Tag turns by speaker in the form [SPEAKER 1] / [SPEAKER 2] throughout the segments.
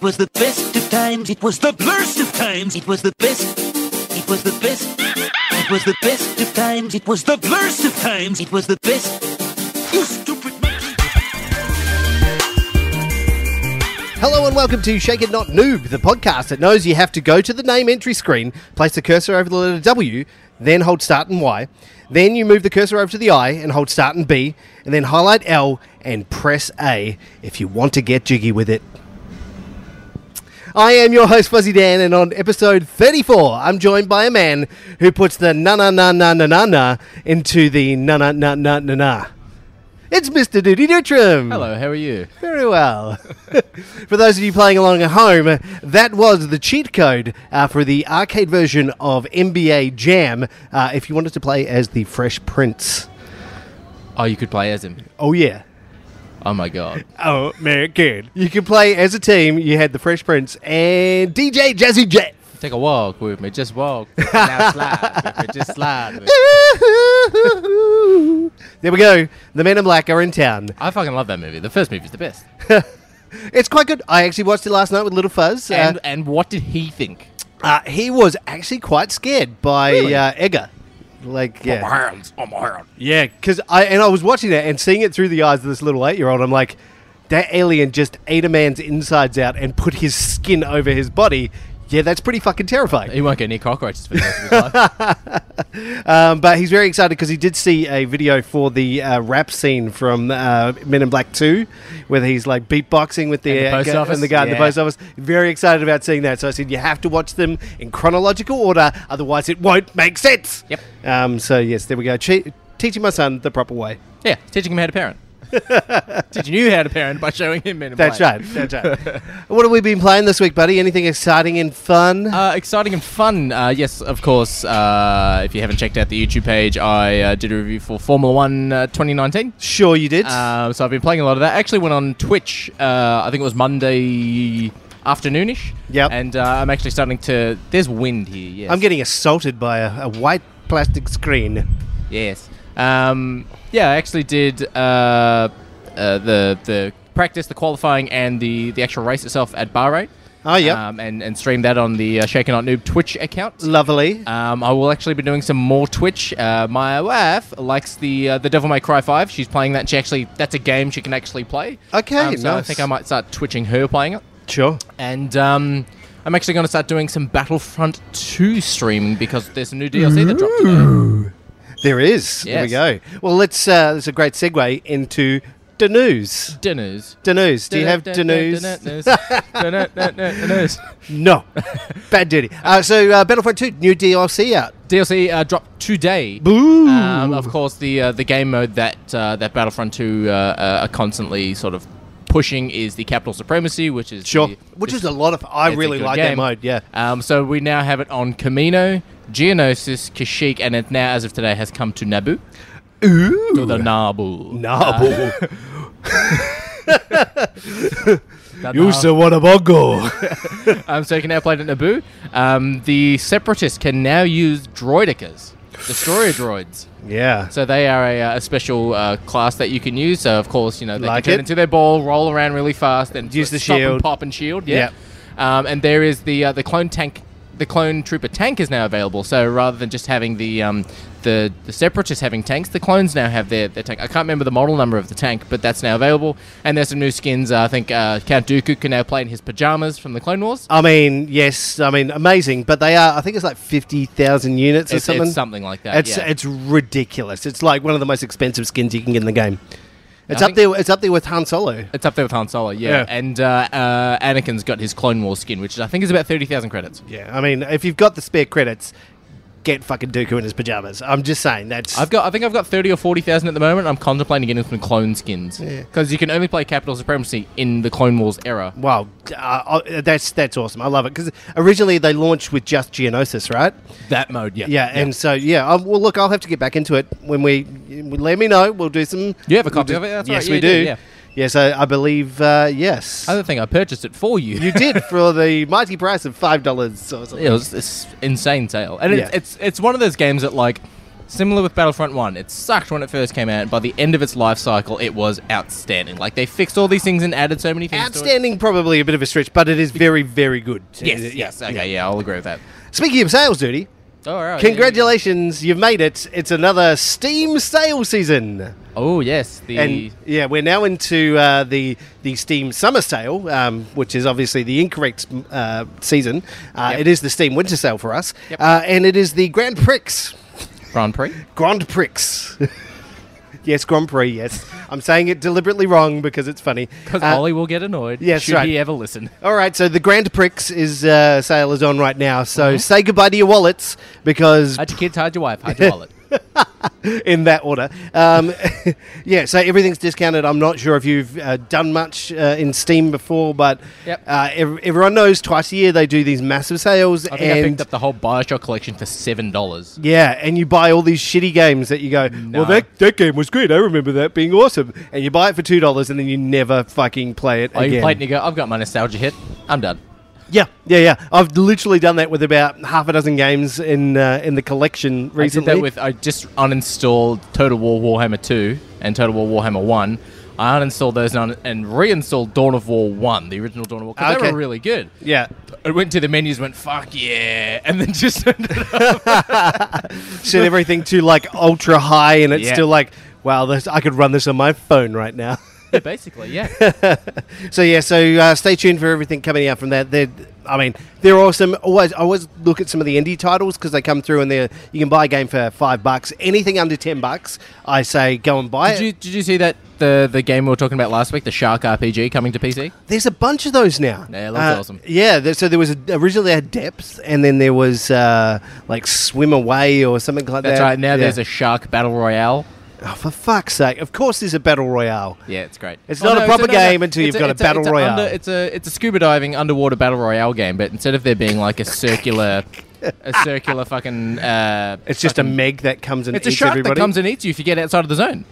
[SPEAKER 1] was the best of times. It was the blurst of times. It was the best. It was the best. It was the best of times. It was the blurst of times. It was the best. You stupid monkey.
[SPEAKER 2] Hello and welcome to Shake It Not Noob, the podcast that knows you have to go to the name entry screen, place the cursor over the letter W, then hold Start and Y, then you move the cursor over to the I and hold Start and B, and then highlight L and press A if you want to get jiggy with it. I am your host Fuzzy Dan, and on episode 34, I'm joined by a man who puts the na na na na na na na into the na na na na na na. It's Mr. Duty Dutram.
[SPEAKER 3] Hello, how are you?
[SPEAKER 2] Very well. for those of you playing along at home, uh, that was the cheat code uh, for the arcade version of NBA Jam uh, if you wanted to play as the Fresh Prince.
[SPEAKER 3] Oh, you could play as him.
[SPEAKER 2] Oh, yeah.
[SPEAKER 3] Oh my god.
[SPEAKER 2] Oh, man, good. You could play as a team. You had the Fresh Prince and DJ Jazzy Jet.
[SPEAKER 3] Take a walk with me, just walk. with me, Now slide with me, just slide with me.
[SPEAKER 2] there we go. The Men in Black are in town.
[SPEAKER 3] I fucking love that movie. The first movie's the best.
[SPEAKER 2] Uh, It's quite good. I actually watched it last night with Little Fuzz. Uh,
[SPEAKER 3] And and what did he think?
[SPEAKER 2] Uh, he was actually quite scared by
[SPEAKER 3] Really?
[SPEAKER 2] uh, Edgar. Like, yeah.
[SPEAKER 3] hands, on my hands.
[SPEAKER 2] Yeah, because I and I was watching that and seeing it through the eyes of this little eight-year-old. I'm like, that alien just ate a man's insides out and put his skin over his body. Yeah, that's pretty fucking terrifying.
[SPEAKER 3] He won't get near cockroaches for the rest of his life.
[SPEAKER 2] Um, but he's very excited because he did see a video for the uh, rap scene from uh, Men in Black Two, where he's like beatboxing with the,
[SPEAKER 3] And the post
[SPEAKER 2] gu-
[SPEAKER 3] office?
[SPEAKER 2] and the guy in the
[SPEAKER 3] Yeah.
[SPEAKER 2] post office. Very excited about seeing that. So I said, you have to watch them in chronological order, otherwise it won't make sense.
[SPEAKER 3] Yep.
[SPEAKER 2] Um, so yes, there we go. Che- teaching my son the proper way.
[SPEAKER 3] Yeah, teaching him how to parent. teaching you how to parent by showing him men in
[SPEAKER 2] That's
[SPEAKER 3] Black.
[SPEAKER 2] right. That's right. what have we been playing this week, buddy? Anything exciting and fun?
[SPEAKER 3] Uh, exciting and fun. Uh, yes, of course. Uh, if you haven't checked out the YouTube page, I uh, did a review for Formula One uh, 2019.
[SPEAKER 2] sure, you did.
[SPEAKER 3] Um, so I've been playing a lot of that. Actually, went on Twitch. Uh, I think it was Monday afternoonish.
[SPEAKER 2] Yep.
[SPEAKER 3] And uh, I'm actually starting to. There's wind here. Yes.
[SPEAKER 2] I'm getting assaulted by a, a white plastic screen.
[SPEAKER 3] Yes. Um, yeah, I actually did uh, uh, the the practice, the qualifying, and the the actual race itself at Bahrain.
[SPEAKER 2] Oh, yep.
[SPEAKER 3] Um, and and streamed that on the uh, Shaken Not Noob Twitch account.
[SPEAKER 2] Lovely.
[SPEAKER 3] Um, I will actually be doing some more Twitch. Uh, my wife likes the uh, the Devil May Cry Five. She's playing that. She actually that's a game she can actually play.
[SPEAKER 2] Okay,
[SPEAKER 3] Um, so I
[SPEAKER 2] nice.
[SPEAKER 3] think I might start twitching her playing it.
[SPEAKER 2] sure.
[SPEAKER 3] And um, I'm actually going to start doing some Battlefront Two streaming because there's a new DLC that dropped.
[SPEAKER 2] Mm-hmm.
[SPEAKER 3] Today.
[SPEAKER 2] There is. There we
[SPEAKER 3] Yes.
[SPEAKER 2] go. Well, let's. Uh, that's a great segue into the news.
[SPEAKER 3] Dinners.
[SPEAKER 2] The news. Do you have the news?
[SPEAKER 3] Dinners.
[SPEAKER 2] No. Bad duty. Uh, so, uh, Battlefront 2, new DLC out.
[SPEAKER 3] DLC uh, dropped today.
[SPEAKER 2] Boo!
[SPEAKER 3] Um, of course, the uh, the game mode that uh, that Battlefront Two uh, uh, are constantly sort of pushing is the capital supremacy, which is
[SPEAKER 2] sure.
[SPEAKER 3] the-
[SPEAKER 2] Which
[SPEAKER 3] the-
[SPEAKER 2] is a lot of. I
[SPEAKER 3] it's a
[SPEAKER 2] really
[SPEAKER 3] good
[SPEAKER 2] like that
[SPEAKER 3] game.
[SPEAKER 2] mode, yeah.
[SPEAKER 3] Um, so we now have it on Camino, Geonosis, Kashyyyk, and it now, as of today, has come to Naboo.
[SPEAKER 2] Ooh.
[SPEAKER 3] To the Naboo.
[SPEAKER 2] Nah, boo.
[SPEAKER 3] The
[SPEAKER 2] You
[SPEAKER 3] Naboo.
[SPEAKER 2] say what a bongo.
[SPEAKER 3] Um, so you can now play it at Naboo. Um, the Separatists can now use droidicas, destroyer droids.
[SPEAKER 2] yeah.
[SPEAKER 3] So they are a, uh, a special uh, class that you can use. So of course, you know they
[SPEAKER 2] Like
[SPEAKER 3] can
[SPEAKER 2] it.
[SPEAKER 3] turn into their ball, roll around really fast, and
[SPEAKER 2] Use the
[SPEAKER 3] stop
[SPEAKER 2] shield.
[SPEAKER 3] and pop and shield. Yeah. Um, and there is the uh, the clone tank. The clone trooper tank is now available. So rather than just having the um, the the separatists having tanks, the clones now have their, their tank. I can't remember the model number of the tank, but that's now available. And there's some new skins. Uh, I think uh, Count Dooku can now play in his pajamas from the Clone Wars.
[SPEAKER 2] I mean, yes, I mean, amazing, but they are. I think it's like fifty thousand units or
[SPEAKER 3] It's,
[SPEAKER 2] something.
[SPEAKER 3] it's something like that.
[SPEAKER 2] It's
[SPEAKER 3] yeah.
[SPEAKER 2] it's ridiculous. It's like one of the most expensive skins you can get in the game. It's
[SPEAKER 3] I
[SPEAKER 2] up there. It's up there with Han Solo.
[SPEAKER 3] It's up there with Han Solo, yeah.
[SPEAKER 2] Yeah.
[SPEAKER 3] And uh, uh, Anakin's got his Clone Wars skin, which I think is about 30,000 credits.
[SPEAKER 2] Yeah, I mean, if you've got the spare credits, get fucking Dooku in his pajamas. I'm just saying that's.
[SPEAKER 3] I've got, I think I've got 30 or 40,000 at the moment. I'm contemplating getting some clone skins. Because you can only play Capital Supremacy in the Clone Wars era.
[SPEAKER 2] Wow, uh, uh, that's that's awesome. I love it because originally they launched with just Geonosis, right?
[SPEAKER 3] That mode, yeah.
[SPEAKER 2] Yeah, and so yeah. Um, well, look, I'll have to get back into it when we. Let me know. We'll do some.
[SPEAKER 3] You have a copy
[SPEAKER 2] we'll
[SPEAKER 3] of
[SPEAKER 2] do-
[SPEAKER 3] it? That's
[SPEAKER 2] yes,
[SPEAKER 3] right,
[SPEAKER 2] we
[SPEAKER 3] you
[SPEAKER 2] do.
[SPEAKER 3] do, yeah. Oh.
[SPEAKER 2] Yes, I, I believe. Uh, yes,
[SPEAKER 3] Other thing, I purchased it for you.
[SPEAKER 2] you did for the mighty price of five dollars. So it's like-
[SPEAKER 3] it was this insane sale. And it's,
[SPEAKER 2] Yeah.
[SPEAKER 3] it's, it's one of those games that, like, Similar with Battlefront 1. It sucked when it first came out. By the end of its life cycle, it was outstanding. Like, they fixed all these things and added so many things. to it.
[SPEAKER 2] Outstanding, probably a bit of a stretch, but it is very, very good. Yeah.
[SPEAKER 3] Yes, yes. Okay, yeah, I'll agree with that.
[SPEAKER 2] Speaking of sales, duty,
[SPEAKER 3] All right.
[SPEAKER 2] congratulations, you've made it. It's another Steam sale season.
[SPEAKER 3] Oh, yes. The,
[SPEAKER 2] And yeah, we're now into uh, the the Steam Summer Sale, um, which is obviously the incorrect uh, season. Uh,
[SPEAKER 3] Yep.
[SPEAKER 2] It is the Steam Winter Sale for us,
[SPEAKER 3] Yep.
[SPEAKER 2] uh, and it is the Grand Prix.
[SPEAKER 3] Grand Prix.
[SPEAKER 2] Grand Prix. yes, Grand Prix. Yes, I'm saying it deliberately wrong because it's funny.
[SPEAKER 3] Because
[SPEAKER 2] Uh,
[SPEAKER 3] Ollie will get annoyed.
[SPEAKER 2] yes,
[SPEAKER 3] should
[SPEAKER 2] right.
[SPEAKER 3] he ever listen?
[SPEAKER 2] all right, so the Grand Prix is uh, sale is on right now. So say goodbye to your wallets because
[SPEAKER 3] Hide your kids, hide your wife, hide your wallet.
[SPEAKER 2] in that order. Um, yeah, so everything's discounted. I'm not sure if you've uh, done much uh, in Steam before, but
[SPEAKER 3] Yep.
[SPEAKER 2] uh, ev- everyone knows twice a year they do these massive sales.
[SPEAKER 3] I think I
[SPEAKER 2] and
[SPEAKER 3] picked up the whole Bioshock collection for seven dollars.
[SPEAKER 2] yeah, and you buy all these shitty games that you go, well, that, that game was great. I remember that being awesome. And you buy it for $2 and then you never fucking play it
[SPEAKER 3] Oh,
[SPEAKER 2] again.
[SPEAKER 3] you played and you go, I've got my nostalgia hit. I'm done.
[SPEAKER 2] yeah, yeah, yeah. I've literally done that with about half a dozen games in uh, in the collection recently.
[SPEAKER 3] I did that with I just uninstalled Total War Warhammer Two and Total War Warhammer One. I uninstalled those and, un- and reinstalled Dawn of War One, the original Dawn of War, 'cause they
[SPEAKER 2] Okay.
[SPEAKER 3] were really good.
[SPEAKER 2] yeah.
[SPEAKER 3] I went to the menus, went fuck yeah, and then just
[SPEAKER 2] set everything to like ultra high, and it's
[SPEAKER 3] Yeah.
[SPEAKER 2] still like, wow, this, I could run this on my phone right now.
[SPEAKER 3] basically yeah.
[SPEAKER 2] so yeah, so uh, stay tuned for everything coming out from that. They're, I mean, they're awesome. Always, I always look at some of the indie titles because they come through and they're you can buy a game for five bucks. Anything under ten bucks, I say go and buy
[SPEAKER 3] Did
[SPEAKER 2] it.
[SPEAKER 3] you did you see that the the game we were talking about last week, the Shark RPG coming to PC?
[SPEAKER 2] There's a bunch of those now.
[SPEAKER 3] Yeah, that's
[SPEAKER 2] Uh,
[SPEAKER 3] awesome.
[SPEAKER 2] Yeah, there, so there was a, originally they had depth, and then there was uh, like swim away or something like
[SPEAKER 3] That's
[SPEAKER 2] that.
[SPEAKER 3] right. Now
[SPEAKER 2] Yeah.
[SPEAKER 3] there's a Shark Battle Royale.
[SPEAKER 2] oh, for fuck's sake! Of course, there's a battle royale.
[SPEAKER 3] Yeah, Oh, it's great.
[SPEAKER 2] It's not a proper game until
[SPEAKER 3] It's
[SPEAKER 2] you've got a
[SPEAKER 3] it's
[SPEAKER 2] battle
[SPEAKER 3] it's
[SPEAKER 2] royale.
[SPEAKER 3] under- it's a it's a scuba diving underwater battle royale game, but instead of there being like a circular, a circular fucking, uh,
[SPEAKER 2] It's just a meg that comes and
[SPEAKER 3] it's a
[SPEAKER 2] eats
[SPEAKER 3] shark
[SPEAKER 2] everybody.
[SPEAKER 3] that comes and eats you if you get outside of the zone.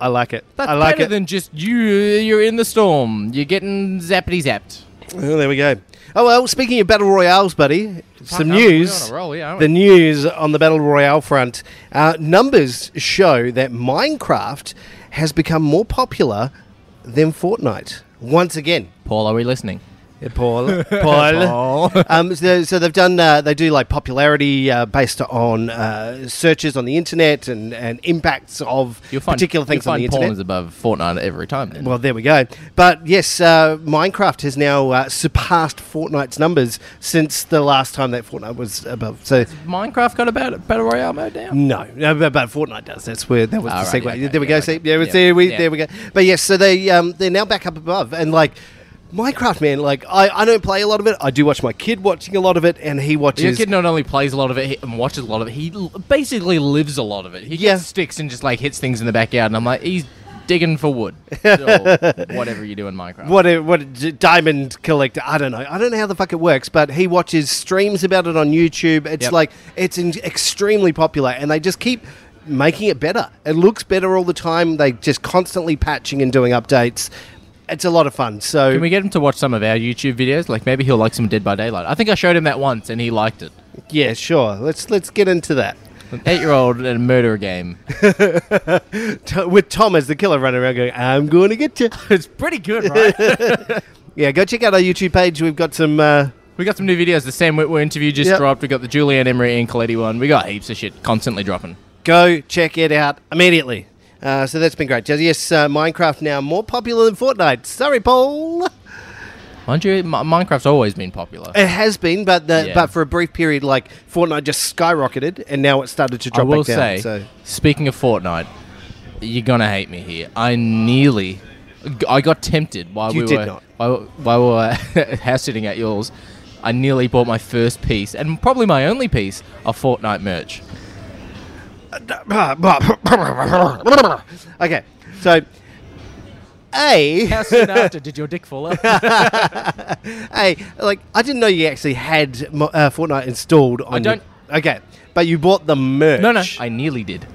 [SPEAKER 2] I like it.
[SPEAKER 3] That's
[SPEAKER 2] I like
[SPEAKER 3] better
[SPEAKER 2] it.
[SPEAKER 3] than just you. You're in the storm. You're getting zappity zapped.
[SPEAKER 2] Oh, there we go. Oh well, speaking of battle royales, buddy, some
[SPEAKER 3] I'm- we're
[SPEAKER 2] news.
[SPEAKER 3] on a roll, yeah, aren't we?
[SPEAKER 2] the news on the battle royale front. Uh, numbers show that Minecraft has become more popular than Fortnite once again.
[SPEAKER 3] Paul, are we listening?
[SPEAKER 2] Yeah, Paul, Paul. um, so, so they've done. Uh, they do like popularity uh, based on uh, searches on the internet and, and impacts of
[SPEAKER 3] You'll find
[SPEAKER 2] particular things
[SPEAKER 3] you'll
[SPEAKER 2] on
[SPEAKER 3] find
[SPEAKER 2] the
[SPEAKER 3] Paul
[SPEAKER 2] internet.
[SPEAKER 3] is above Fortnite every time. Then.
[SPEAKER 2] Well, there we go. But yes, uh, Minecraft has now uh, surpassed Fortnite's numbers since the last time that Fortnite was above. So
[SPEAKER 3] Minecraft got a bat- battle royale mode now.
[SPEAKER 2] no, no, but, but Fortnite does. That's where that was
[SPEAKER 3] Ah,
[SPEAKER 2] the
[SPEAKER 3] right,
[SPEAKER 2] segue.
[SPEAKER 3] yeah, okay,
[SPEAKER 2] there we
[SPEAKER 3] yeah,
[SPEAKER 2] go.
[SPEAKER 3] okay.
[SPEAKER 2] See, yeah, we-
[SPEAKER 3] Yeah,
[SPEAKER 2] there we
[SPEAKER 3] yeah.
[SPEAKER 2] there we go. But yes, so they um, they're now back up above and like. Minecraft, man, like I, I don't play a lot of it. I do watch my kid watching a lot of it, and he
[SPEAKER 3] Your
[SPEAKER 2] watches.
[SPEAKER 3] kid not only plays a lot of it he- and watches a lot of it, he l- basically lives a lot of it. He
[SPEAKER 2] Yeah.
[SPEAKER 3] gets sticks and just like hits things in the backyard, and I'm like, he's digging for wood, or whatever you do in Minecraft.
[SPEAKER 2] what a, what a d- diamond collector. I don't know. I don't know how the fuck it works, but he watches streams about it on YouTube. It's
[SPEAKER 3] Yep.
[SPEAKER 2] like it's in, extremely popular, and they just keep making it better. It looks better all the time. They just constantly patching and doing updates. It's a lot of fun. So
[SPEAKER 3] Can we get him to watch some of our YouTube videos? Like maybe he'll like some Dead by Daylight. I think I showed him that once, and he liked it.
[SPEAKER 2] yeah, sure. Let's let's get into that.
[SPEAKER 3] An eight-year-old and a murder game.
[SPEAKER 2] T- with Tom as the killer running around going, "I'm going to get you."
[SPEAKER 3] it's pretty good, right?
[SPEAKER 2] yeah, go check out our YouTube page. We've got some. Uh,
[SPEAKER 3] we got some new videos. The Sam Witwer interview just
[SPEAKER 2] Yep.
[SPEAKER 3] dropped. We got the Julianne Emery and Coletti one. We got heaps of shit constantly dropping.
[SPEAKER 2] go check it out immediately. Uh, so that's been great. Yes, uh, Minecraft now more popular than Fortnite. Sorry, Paul.
[SPEAKER 3] Mind you, Mi- Minecraft's always been popular.
[SPEAKER 2] It has been, but the,
[SPEAKER 3] Yeah.
[SPEAKER 2] but for a brief period, like Fortnite just skyrocketed, and now it started to
[SPEAKER 3] I
[SPEAKER 2] drop
[SPEAKER 3] will
[SPEAKER 2] back down.
[SPEAKER 3] say,
[SPEAKER 2] so
[SPEAKER 3] speaking of Fortnite, you're gonna hate me here. I nearly, I got tempted while
[SPEAKER 2] You
[SPEAKER 3] we
[SPEAKER 2] did
[SPEAKER 3] were
[SPEAKER 2] not.
[SPEAKER 3] While, while we were house sitting at yours. I nearly bought my first piece, and probably my only piece of Fortnite merch.
[SPEAKER 2] okay, so a
[SPEAKER 3] How soon after did your dick fall out?
[SPEAKER 2] a like I didn't know you actually had mo- uh, Fortnite installed. On
[SPEAKER 3] don't-
[SPEAKER 2] Your, okay, but you bought the merch.
[SPEAKER 3] no, no, I nearly did.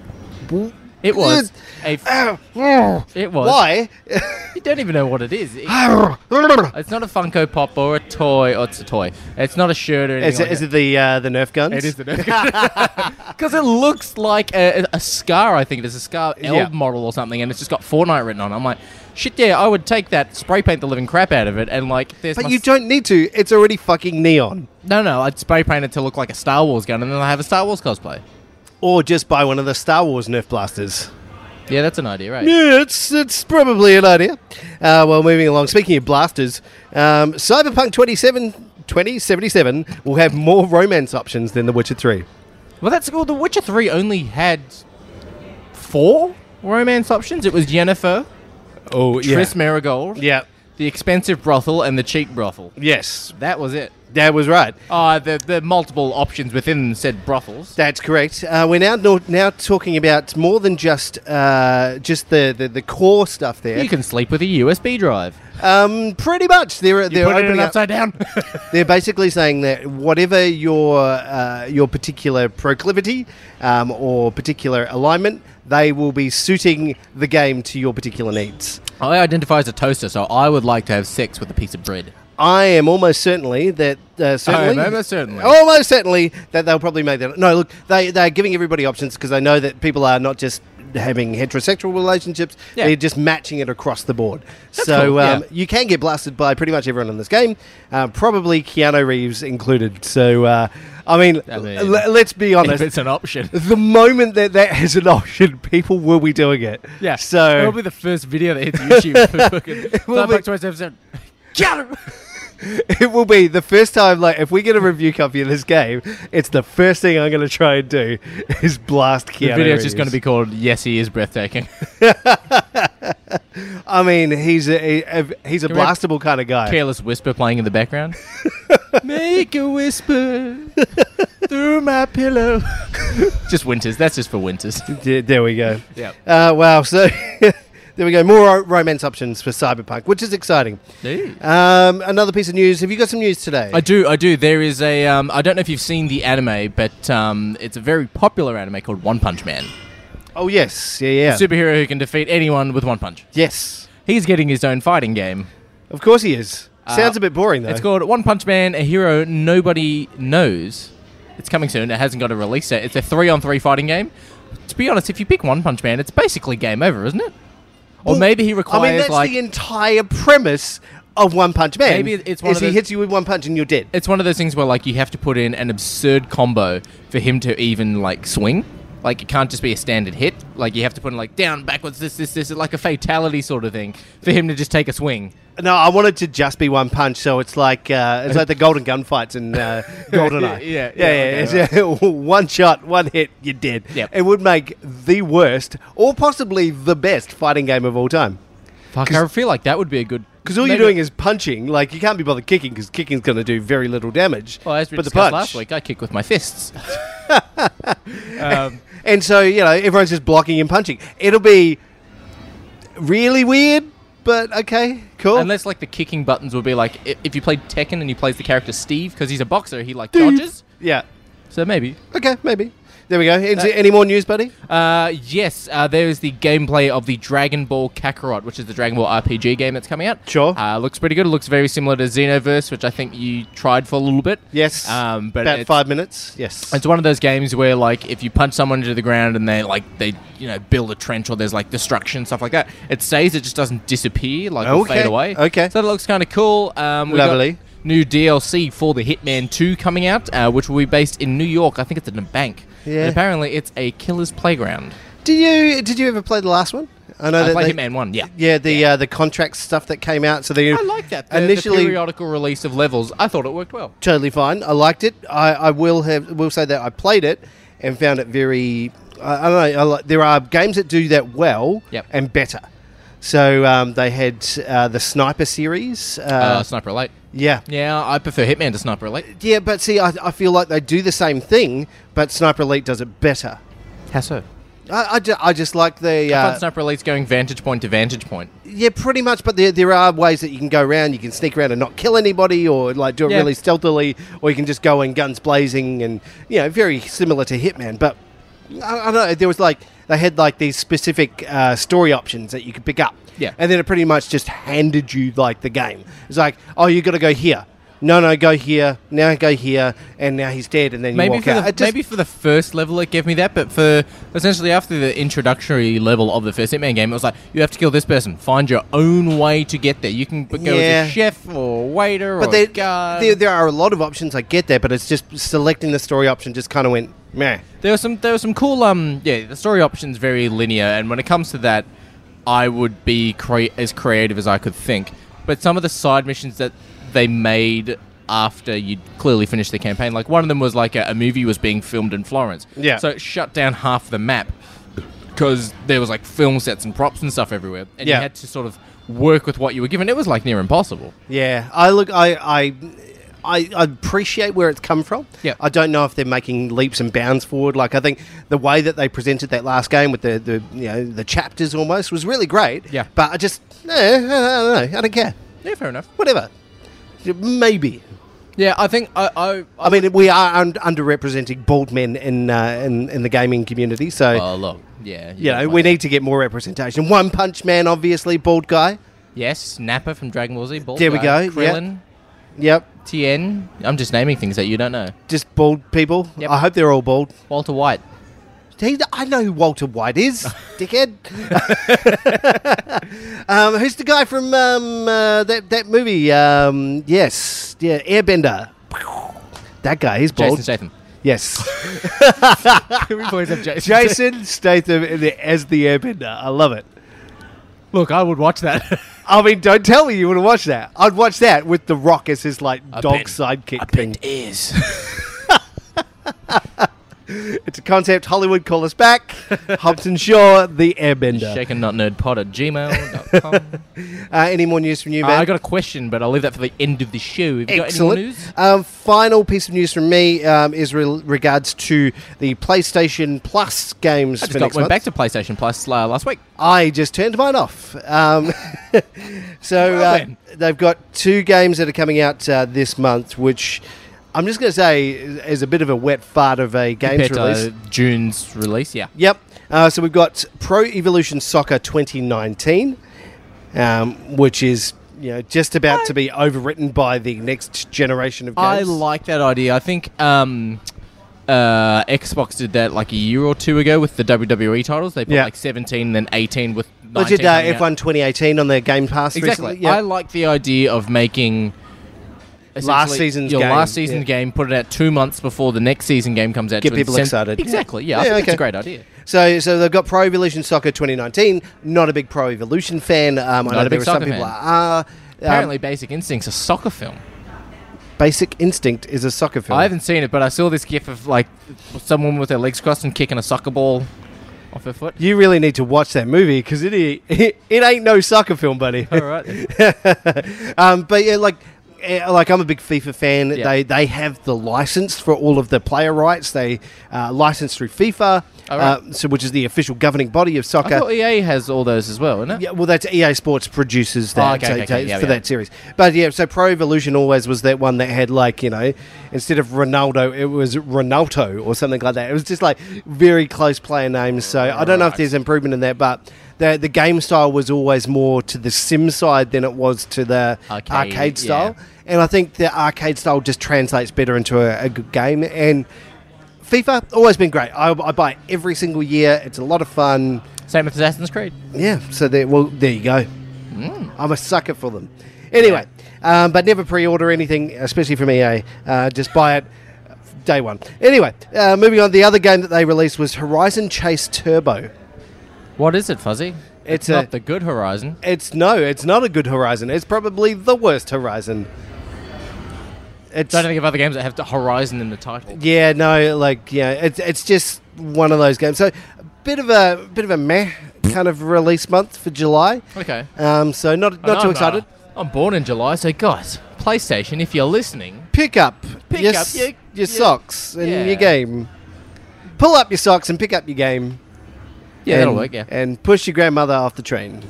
[SPEAKER 3] It was. A f- it
[SPEAKER 2] Uh,
[SPEAKER 3] was.
[SPEAKER 2] Why?
[SPEAKER 3] You don't even know what it is. It- it's not a Funko Pop or a toy. Or it's a toy. It's not a shirt or anything.
[SPEAKER 2] Is it,
[SPEAKER 3] like
[SPEAKER 2] is
[SPEAKER 3] that.
[SPEAKER 2] it the uh, the Nerf guns? Ah,
[SPEAKER 3] It is the because it looks like a, a scar. I think it is a scar L
[SPEAKER 2] Yeah.
[SPEAKER 3] model or something, and it's just got Fortnite written on. it. I'm like, shit, yeah, I would take that, spray paint the living crap out of it, and like, there's
[SPEAKER 2] But
[SPEAKER 3] my
[SPEAKER 2] you
[SPEAKER 3] s-
[SPEAKER 2] don't need to. It's already fucking neon.
[SPEAKER 3] no, no, I'd spray paint it to look like a Star Wars gun, and then I have a Star Wars cosplay.
[SPEAKER 2] Or just buy one of the Star Wars Nerf blasters.
[SPEAKER 3] Yeah, that's an idea, right?
[SPEAKER 2] Yeah, it's, it's probably an idea. Uh, well, moving along. Speaking of blasters, um, Cyberpunk 27, 2077 will have more romance options than The Witcher 3.
[SPEAKER 3] Well, that's cool. The Witcher Three only had four romance options. It was Yennefer,
[SPEAKER 2] Oh,
[SPEAKER 3] Triss Marigold,
[SPEAKER 2] Yeah.
[SPEAKER 3] the expensive brothel, and the cheap brothel.
[SPEAKER 2] Yes,
[SPEAKER 3] That was it.
[SPEAKER 2] that was right.
[SPEAKER 3] Uh, the the multiple options within said brothels.
[SPEAKER 2] That's correct. Uh, we're now no, now talking about more than just uh, just the, the, the core stuff there.
[SPEAKER 3] You can sleep with a USB drive.
[SPEAKER 2] Um, pretty much, they're they're
[SPEAKER 3] Put it in
[SPEAKER 2] opening up.
[SPEAKER 3] upside down.
[SPEAKER 2] They're basically saying that whatever your uh, your particular proclivity um, or particular alignment, they will be suiting the game to your particular needs.
[SPEAKER 3] I identify as a toaster, so I would like to have sex with a piece of bread.
[SPEAKER 2] I am almost certainly that
[SPEAKER 3] Oh,
[SPEAKER 2] uh, certainly,
[SPEAKER 3] almost certainly.
[SPEAKER 2] almost certainly that they'll probably make that. No, look, they they're giving everybody options because they know that people are not just having heterosexual relationships;
[SPEAKER 3] Yeah.
[SPEAKER 2] they're just matching it across the board. so
[SPEAKER 3] cool,
[SPEAKER 2] um,
[SPEAKER 3] yeah.
[SPEAKER 2] you can get blasted by pretty much everyone in this game, uh, probably Keanu Reeves included. So uh, I mean,
[SPEAKER 3] I mean,
[SPEAKER 2] l- let's be honest.
[SPEAKER 3] an option.
[SPEAKER 2] the moment that that is an option, people will be doing it.
[SPEAKER 3] Yeah.
[SPEAKER 2] So
[SPEAKER 3] it'll be the first video that hits YouTube. for fucking
[SPEAKER 2] will be-
[SPEAKER 3] Cyberpunk 27. Get him!
[SPEAKER 2] it will be the first time like if we get a review copy of this game it's the first thing i'm going to try and do is blast Keanu
[SPEAKER 3] The video's just going
[SPEAKER 2] Reeves.
[SPEAKER 3] to be called "Yes, he is breathtaking."
[SPEAKER 2] i mean he's a, a, a- he's a
[SPEAKER 3] Can we have-
[SPEAKER 2] blastable kind of guy
[SPEAKER 3] Careless whisper playing in the background. Make a whisper through my pillow. just winters. That's just for winters.
[SPEAKER 2] Yeah, there we go
[SPEAKER 3] Yep.
[SPEAKER 2] uh, wow so there we go more ro- romance options for cyberpunk which is exciting um, another piece of news have you got some news today
[SPEAKER 3] I do, I do. There is a. Um, I don't know if you've seen the anime, but um, it's a very popular anime called One Punch Man.
[SPEAKER 2] oh yes yeah yeah
[SPEAKER 3] Superhero who can defeat anyone with one punch.
[SPEAKER 2] yes
[SPEAKER 3] He's getting his own fighting game.
[SPEAKER 2] of course he is sounds a bit boring though
[SPEAKER 3] Uh, It's called One Punch Man, a hero nobody knows. It's coming soon. It hasn't got a release date. It's a three-on-three fighting game. To be honest, if you pick One Punch Man, it's basically game over, isn't it? Or
[SPEAKER 2] Well,
[SPEAKER 3] maybe he
[SPEAKER 2] I
[SPEAKER 3] requires
[SPEAKER 2] mean, that's
[SPEAKER 3] like
[SPEAKER 2] the entire premise of One Punch Man.
[SPEAKER 3] Maybe it's one
[SPEAKER 2] is
[SPEAKER 3] of
[SPEAKER 2] he
[SPEAKER 3] those-
[SPEAKER 2] hits you with one punch and you're dead.
[SPEAKER 3] it's one of those things where like you have to put in an absurd combo for him to even like swing. Like it can't just be a standard hit. Like you have to put in like down, backwards, this, this, this, like a fatality sort of thing for him to just take a swing.
[SPEAKER 2] No, I want it to just be one punch, so it's like uh, it's like the golden gun fights in uh, Goldeneye.
[SPEAKER 3] Yeah, yeah,
[SPEAKER 2] yeah,
[SPEAKER 3] okay,
[SPEAKER 2] yeah, it's, uh, one shot, one hit, you're dead.
[SPEAKER 3] Yep.
[SPEAKER 2] It would make the worst, or possibly the best, fighting game of all time.
[SPEAKER 3] Fuck, I feel like that would be a good
[SPEAKER 2] Because all
[SPEAKER 3] maybe-
[SPEAKER 2] you're doing is punching. Like you can't be bothered kicking, because kicking's going to do very little damage.
[SPEAKER 3] Well, Oh, as we
[SPEAKER 2] but the
[SPEAKER 3] discussed
[SPEAKER 2] punch,
[SPEAKER 3] last week, I kick with my fists. um,
[SPEAKER 2] and so you know, everyone's just blocking and punching. It'll be really weird, but okay, cool.
[SPEAKER 3] unless like the kicking buttons would be like i- if you played Tekken and he plays the character Steve because he's a boxer, he like dodges.
[SPEAKER 2] yeah,
[SPEAKER 3] So maybe.
[SPEAKER 2] okay, maybe. There we go. Is
[SPEAKER 3] That-
[SPEAKER 2] there any more news, buddy?
[SPEAKER 3] Uh, yes, uh, there is the gameplay of the Dragon Ball Kakarot, which is the Dragon Ball RPG game that's coming out.
[SPEAKER 2] Sure.
[SPEAKER 3] Uh, looks pretty good. It looks very similar to Xenoverse, which I think you tried for a little bit.
[SPEAKER 2] Yes.
[SPEAKER 3] Um, but
[SPEAKER 2] about
[SPEAKER 3] it's-
[SPEAKER 2] five minutes. Yes.
[SPEAKER 3] It's one of those games where, like, if you punch someone into the ground and they, like, they, you know, build a trench or there's, like, destruction, stuff like that, it stays, it just doesn't disappear, like, or
[SPEAKER 2] Okay,
[SPEAKER 3] fade away.
[SPEAKER 2] okay.
[SPEAKER 3] So that looks kind of cool. Um, we
[SPEAKER 2] Lovely.
[SPEAKER 3] Got new DLC for the Hitman 2 coming out, uh, which will be based in New York. I think it's in a bank.
[SPEAKER 2] Yeah.
[SPEAKER 3] And apparently it's a killer's playground.
[SPEAKER 2] Did you did you ever play the last one? I know
[SPEAKER 3] I
[SPEAKER 2] that
[SPEAKER 3] played
[SPEAKER 2] they-
[SPEAKER 3] Hitman 1, Uh, yeah.
[SPEAKER 2] Yeah, the uh, the contract stuff that came out. So they
[SPEAKER 3] I like that. The,
[SPEAKER 2] initially
[SPEAKER 3] the periodical release of levels, I thought it worked well.
[SPEAKER 2] totally fine. I liked it. I, I will have will say that I played it and found it very. I, I don't know. I like, there are games that do that well
[SPEAKER 3] Yep.
[SPEAKER 2] and better. So um, they had uh, the sniper series. Uh,
[SPEAKER 3] Uh, Sniper Elite.
[SPEAKER 2] yeah.
[SPEAKER 3] Yeah, I prefer Hitman to Sniper Elite.
[SPEAKER 2] Yeah, but see, I, I feel like they do the same thing, but Sniper Elite does it better.
[SPEAKER 3] How so?
[SPEAKER 2] I, I, ju- I just like the.
[SPEAKER 3] I
[SPEAKER 2] Uh,
[SPEAKER 3] find Sniper Elite's going vantage point to vantage point.
[SPEAKER 2] Yeah, pretty much. But there, there are ways that you can go around. You can sneak around and not kill anybody, or like do it
[SPEAKER 3] Yeah.
[SPEAKER 2] really stealthily, or you can just go in guns blazing, and you know, very similar to Hitman. But I, I don't know. There was like they had like these specific uh, story options that you could pick up.
[SPEAKER 3] Yeah.
[SPEAKER 2] And then it pretty much just handed you like the game. It's like, oh, you got to go here. No, no, go here. Now go here, and now he's dead, and then you
[SPEAKER 3] Maybe
[SPEAKER 2] walk
[SPEAKER 3] for,
[SPEAKER 2] out.
[SPEAKER 3] the,
[SPEAKER 2] It just-
[SPEAKER 3] maybe for the first level it gave me that, but for essentially after the introductory level of the first Hitman game, it was like you have to kill this person, find your own way to get there. You can b- go
[SPEAKER 2] Yeah.
[SPEAKER 3] as a chef or waiter
[SPEAKER 2] But
[SPEAKER 3] or
[SPEAKER 2] there,
[SPEAKER 3] guard.
[SPEAKER 2] there, there are a lot of options. I get that, but it's just selecting the story option just kind of went meh.
[SPEAKER 3] There were some there were some cool um yeah the story options very linear and when it comes to that I would be crea- as creative as I could think but some of the side missions that they made after you'd clearly finished the campaign like one of them was like a, a movie was being filmed in Florence
[SPEAKER 2] Yeah.
[SPEAKER 3] so it shut down half the map because there was like film sets and props and stuff everywhere and
[SPEAKER 2] Yeah.
[SPEAKER 3] you had to sort of work with what you were given it was like near impossible
[SPEAKER 2] Yeah, I look, I, I, I I appreciate where it's come from.
[SPEAKER 3] Yeah.
[SPEAKER 2] I don't know if they're making leaps and bounds forward. Like I think the way that they presented that last game with the, the you know the chapters almost was really great.
[SPEAKER 3] Yeah.
[SPEAKER 2] but I just no, I don't know. I don't care.
[SPEAKER 3] yeah fair enough
[SPEAKER 2] Whatever. Maybe.
[SPEAKER 3] yeah I think I I,
[SPEAKER 2] I mean, we are un- underrepresenting bald men in, uh, in in the gaming community, so
[SPEAKER 3] oh look yeah
[SPEAKER 2] you know we need to get more representation. One Punch Man, obviously, bald guy.
[SPEAKER 3] Yes, Nappa from Dragon Ball Z. Bald
[SPEAKER 2] There we
[SPEAKER 3] guy,
[SPEAKER 2] go, yeah.
[SPEAKER 3] Krillin,
[SPEAKER 2] Yep,
[SPEAKER 3] Tien. I'm just naming things that you don't know.
[SPEAKER 2] just bald people.
[SPEAKER 3] Yep.
[SPEAKER 2] I hope they're all bald.
[SPEAKER 3] Walter White.
[SPEAKER 2] He, I know who Walter White is, dickhead. um, who's the guy from um, uh, that that movie? Um, yes, yeah, Airbender. That guy, he's bald.
[SPEAKER 3] Jason Statham.
[SPEAKER 2] Yes,
[SPEAKER 3] we always have Jason.
[SPEAKER 2] Jason Statham in the- as the Airbender. I love it.
[SPEAKER 3] Look, I would watch that.
[SPEAKER 2] I mean, don't tell me you would have watched that. I'd watch that with The Rock as his like dog
[SPEAKER 3] bet-
[SPEAKER 2] sidekick thing.
[SPEAKER 3] It is.
[SPEAKER 2] It's a concept. Hollywood, call us back. Hobson Shaw, the Airbender.
[SPEAKER 3] Shaken not nerd pod at gmail.com.
[SPEAKER 2] Uh, any more news from you,
[SPEAKER 3] uh,
[SPEAKER 2] man?
[SPEAKER 3] I got a question, but I'll leave that for the end of the show. Have you got any more
[SPEAKER 2] Excellent.
[SPEAKER 3] news?
[SPEAKER 2] Um, final piece of news from me um, is re- regards to the PlayStation Plus games
[SPEAKER 3] I
[SPEAKER 2] for
[SPEAKER 3] just got,
[SPEAKER 2] next
[SPEAKER 3] went
[SPEAKER 2] month.
[SPEAKER 3] back to PlayStation Plus uh, last week.
[SPEAKER 2] I just turned mine off. Um, so
[SPEAKER 3] Well
[SPEAKER 2] uh,
[SPEAKER 3] then.
[SPEAKER 2] they've got two games that are coming out uh, this month, which I'm just going to say is, is a bit of a wet fart of a games
[SPEAKER 3] Compared to
[SPEAKER 2] release.
[SPEAKER 3] uh, June's release, yeah.
[SPEAKER 2] Yep. Uh, so we've got Pro Evolution Soccer 2019, um, which is you know just about to be overwritten by the next generation of games.
[SPEAKER 3] I like that idea. I think um, uh, Xbox did that like a year or two ago with the WWE titles. They put
[SPEAKER 2] Yeah.
[SPEAKER 3] like 17 then 18 with 19
[SPEAKER 2] They did uh,
[SPEAKER 3] coming out.
[SPEAKER 2] F1 2018 on their Game Pass
[SPEAKER 3] Exactly.
[SPEAKER 2] recently. Yeah.
[SPEAKER 3] I like the idea of making
[SPEAKER 2] Last
[SPEAKER 3] essentially
[SPEAKER 2] season's
[SPEAKER 3] your
[SPEAKER 2] game,
[SPEAKER 3] last season's
[SPEAKER 2] yeah.
[SPEAKER 3] game, put it out two months before the next season game comes out.
[SPEAKER 2] Get
[SPEAKER 3] to
[SPEAKER 2] people
[SPEAKER 3] incent-
[SPEAKER 2] excited.
[SPEAKER 3] Exactly. Yeah, I
[SPEAKER 2] Yeah,
[SPEAKER 3] think it's
[SPEAKER 2] okay. Um,
[SPEAKER 3] a great idea.
[SPEAKER 2] so, so they've got Pro Evolution Soccer 2019. Not a big Pro Evolution fan. Um, I know
[SPEAKER 3] a
[SPEAKER 2] there
[SPEAKER 3] big
[SPEAKER 2] were some
[SPEAKER 3] soccer
[SPEAKER 2] people
[SPEAKER 3] fan.
[SPEAKER 2] that are. Um, Apparently,
[SPEAKER 3] Apparently, Basic Instinct's a soccer film.
[SPEAKER 2] Basic Instinct is a soccer film.
[SPEAKER 3] I haven't seen it, but I saw this gif of like someone with their legs crossed and kicking a soccer ball off her foot.
[SPEAKER 2] you really need to watch that movie because it, i- it it ain't no soccer film, buddy.
[SPEAKER 3] All right.
[SPEAKER 2] um, but yeah, like. eh, Like I'm a big FIFA fan.
[SPEAKER 3] Yeah.
[SPEAKER 2] They they have the license for all of the player rights. They uh, license through FIFA,
[SPEAKER 3] All right.
[SPEAKER 2] uh, so which is the official governing body of soccer.
[SPEAKER 3] I thought EA has all those as well, isn't it?
[SPEAKER 2] Yeah, well, that's EA Sports produces that
[SPEAKER 3] Oh, okay,
[SPEAKER 2] so-
[SPEAKER 3] okay,
[SPEAKER 2] so-
[SPEAKER 3] okay, yeah,
[SPEAKER 2] for
[SPEAKER 3] yeah.
[SPEAKER 2] that series. But yeah, so Pro Evolution always was that one that had like you know, instead of Ronaldo, it was Ronaldo or something like that. It was just like very close player names. So I don't know if
[SPEAKER 3] Right.
[SPEAKER 2] there's improvement in that, but the the game style was always more to the sim side than it was to the arcade,
[SPEAKER 3] Arcade, yeah.
[SPEAKER 2] style. And I think the arcade style just translates better into a, a good game and. FIFA always been great. I, I buy it every single year. It's a lot of fun.
[SPEAKER 3] Same with Assassin's Creed.
[SPEAKER 2] Yeah, so there, well, there you go.
[SPEAKER 3] Mm.
[SPEAKER 2] I'm a sucker for them. Anyway, um, but never pre-order anything, especially from EA. Uh, just buy it day one. Anyway, uh, moving on. The other game that they released was Horizon Chase Turbo.
[SPEAKER 3] What is it, Fuzzy?
[SPEAKER 2] It's a-
[SPEAKER 3] not the good Horizon.
[SPEAKER 2] It's no, it's not a good Horizon. It's probably the worst Horizon. It's
[SPEAKER 3] Don't think of other games that have the Horizon in the title.
[SPEAKER 2] yeah, no, like yeah, it's it's just one of those games. So a bit of a bit of a meh kind of release month for July.
[SPEAKER 3] Okay.
[SPEAKER 2] Um, so not not
[SPEAKER 3] And
[SPEAKER 2] too
[SPEAKER 3] I'm,
[SPEAKER 2] excited.
[SPEAKER 3] uh, I'm born in July, so guys, PlayStation, if you're listening,
[SPEAKER 2] pick up,
[SPEAKER 3] Pick
[SPEAKER 2] your,
[SPEAKER 3] up
[SPEAKER 2] s-
[SPEAKER 3] your-
[SPEAKER 2] your
[SPEAKER 3] your-
[SPEAKER 2] socks and
[SPEAKER 3] yeah.
[SPEAKER 2] your game. Pull up your socks and pick up your game.
[SPEAKER 3] yeah, that'll
[SPEAKER 2] and-
[SPEAKER 3] work. Yeah,
[SPEAKER 2] And push your grandmother off the train.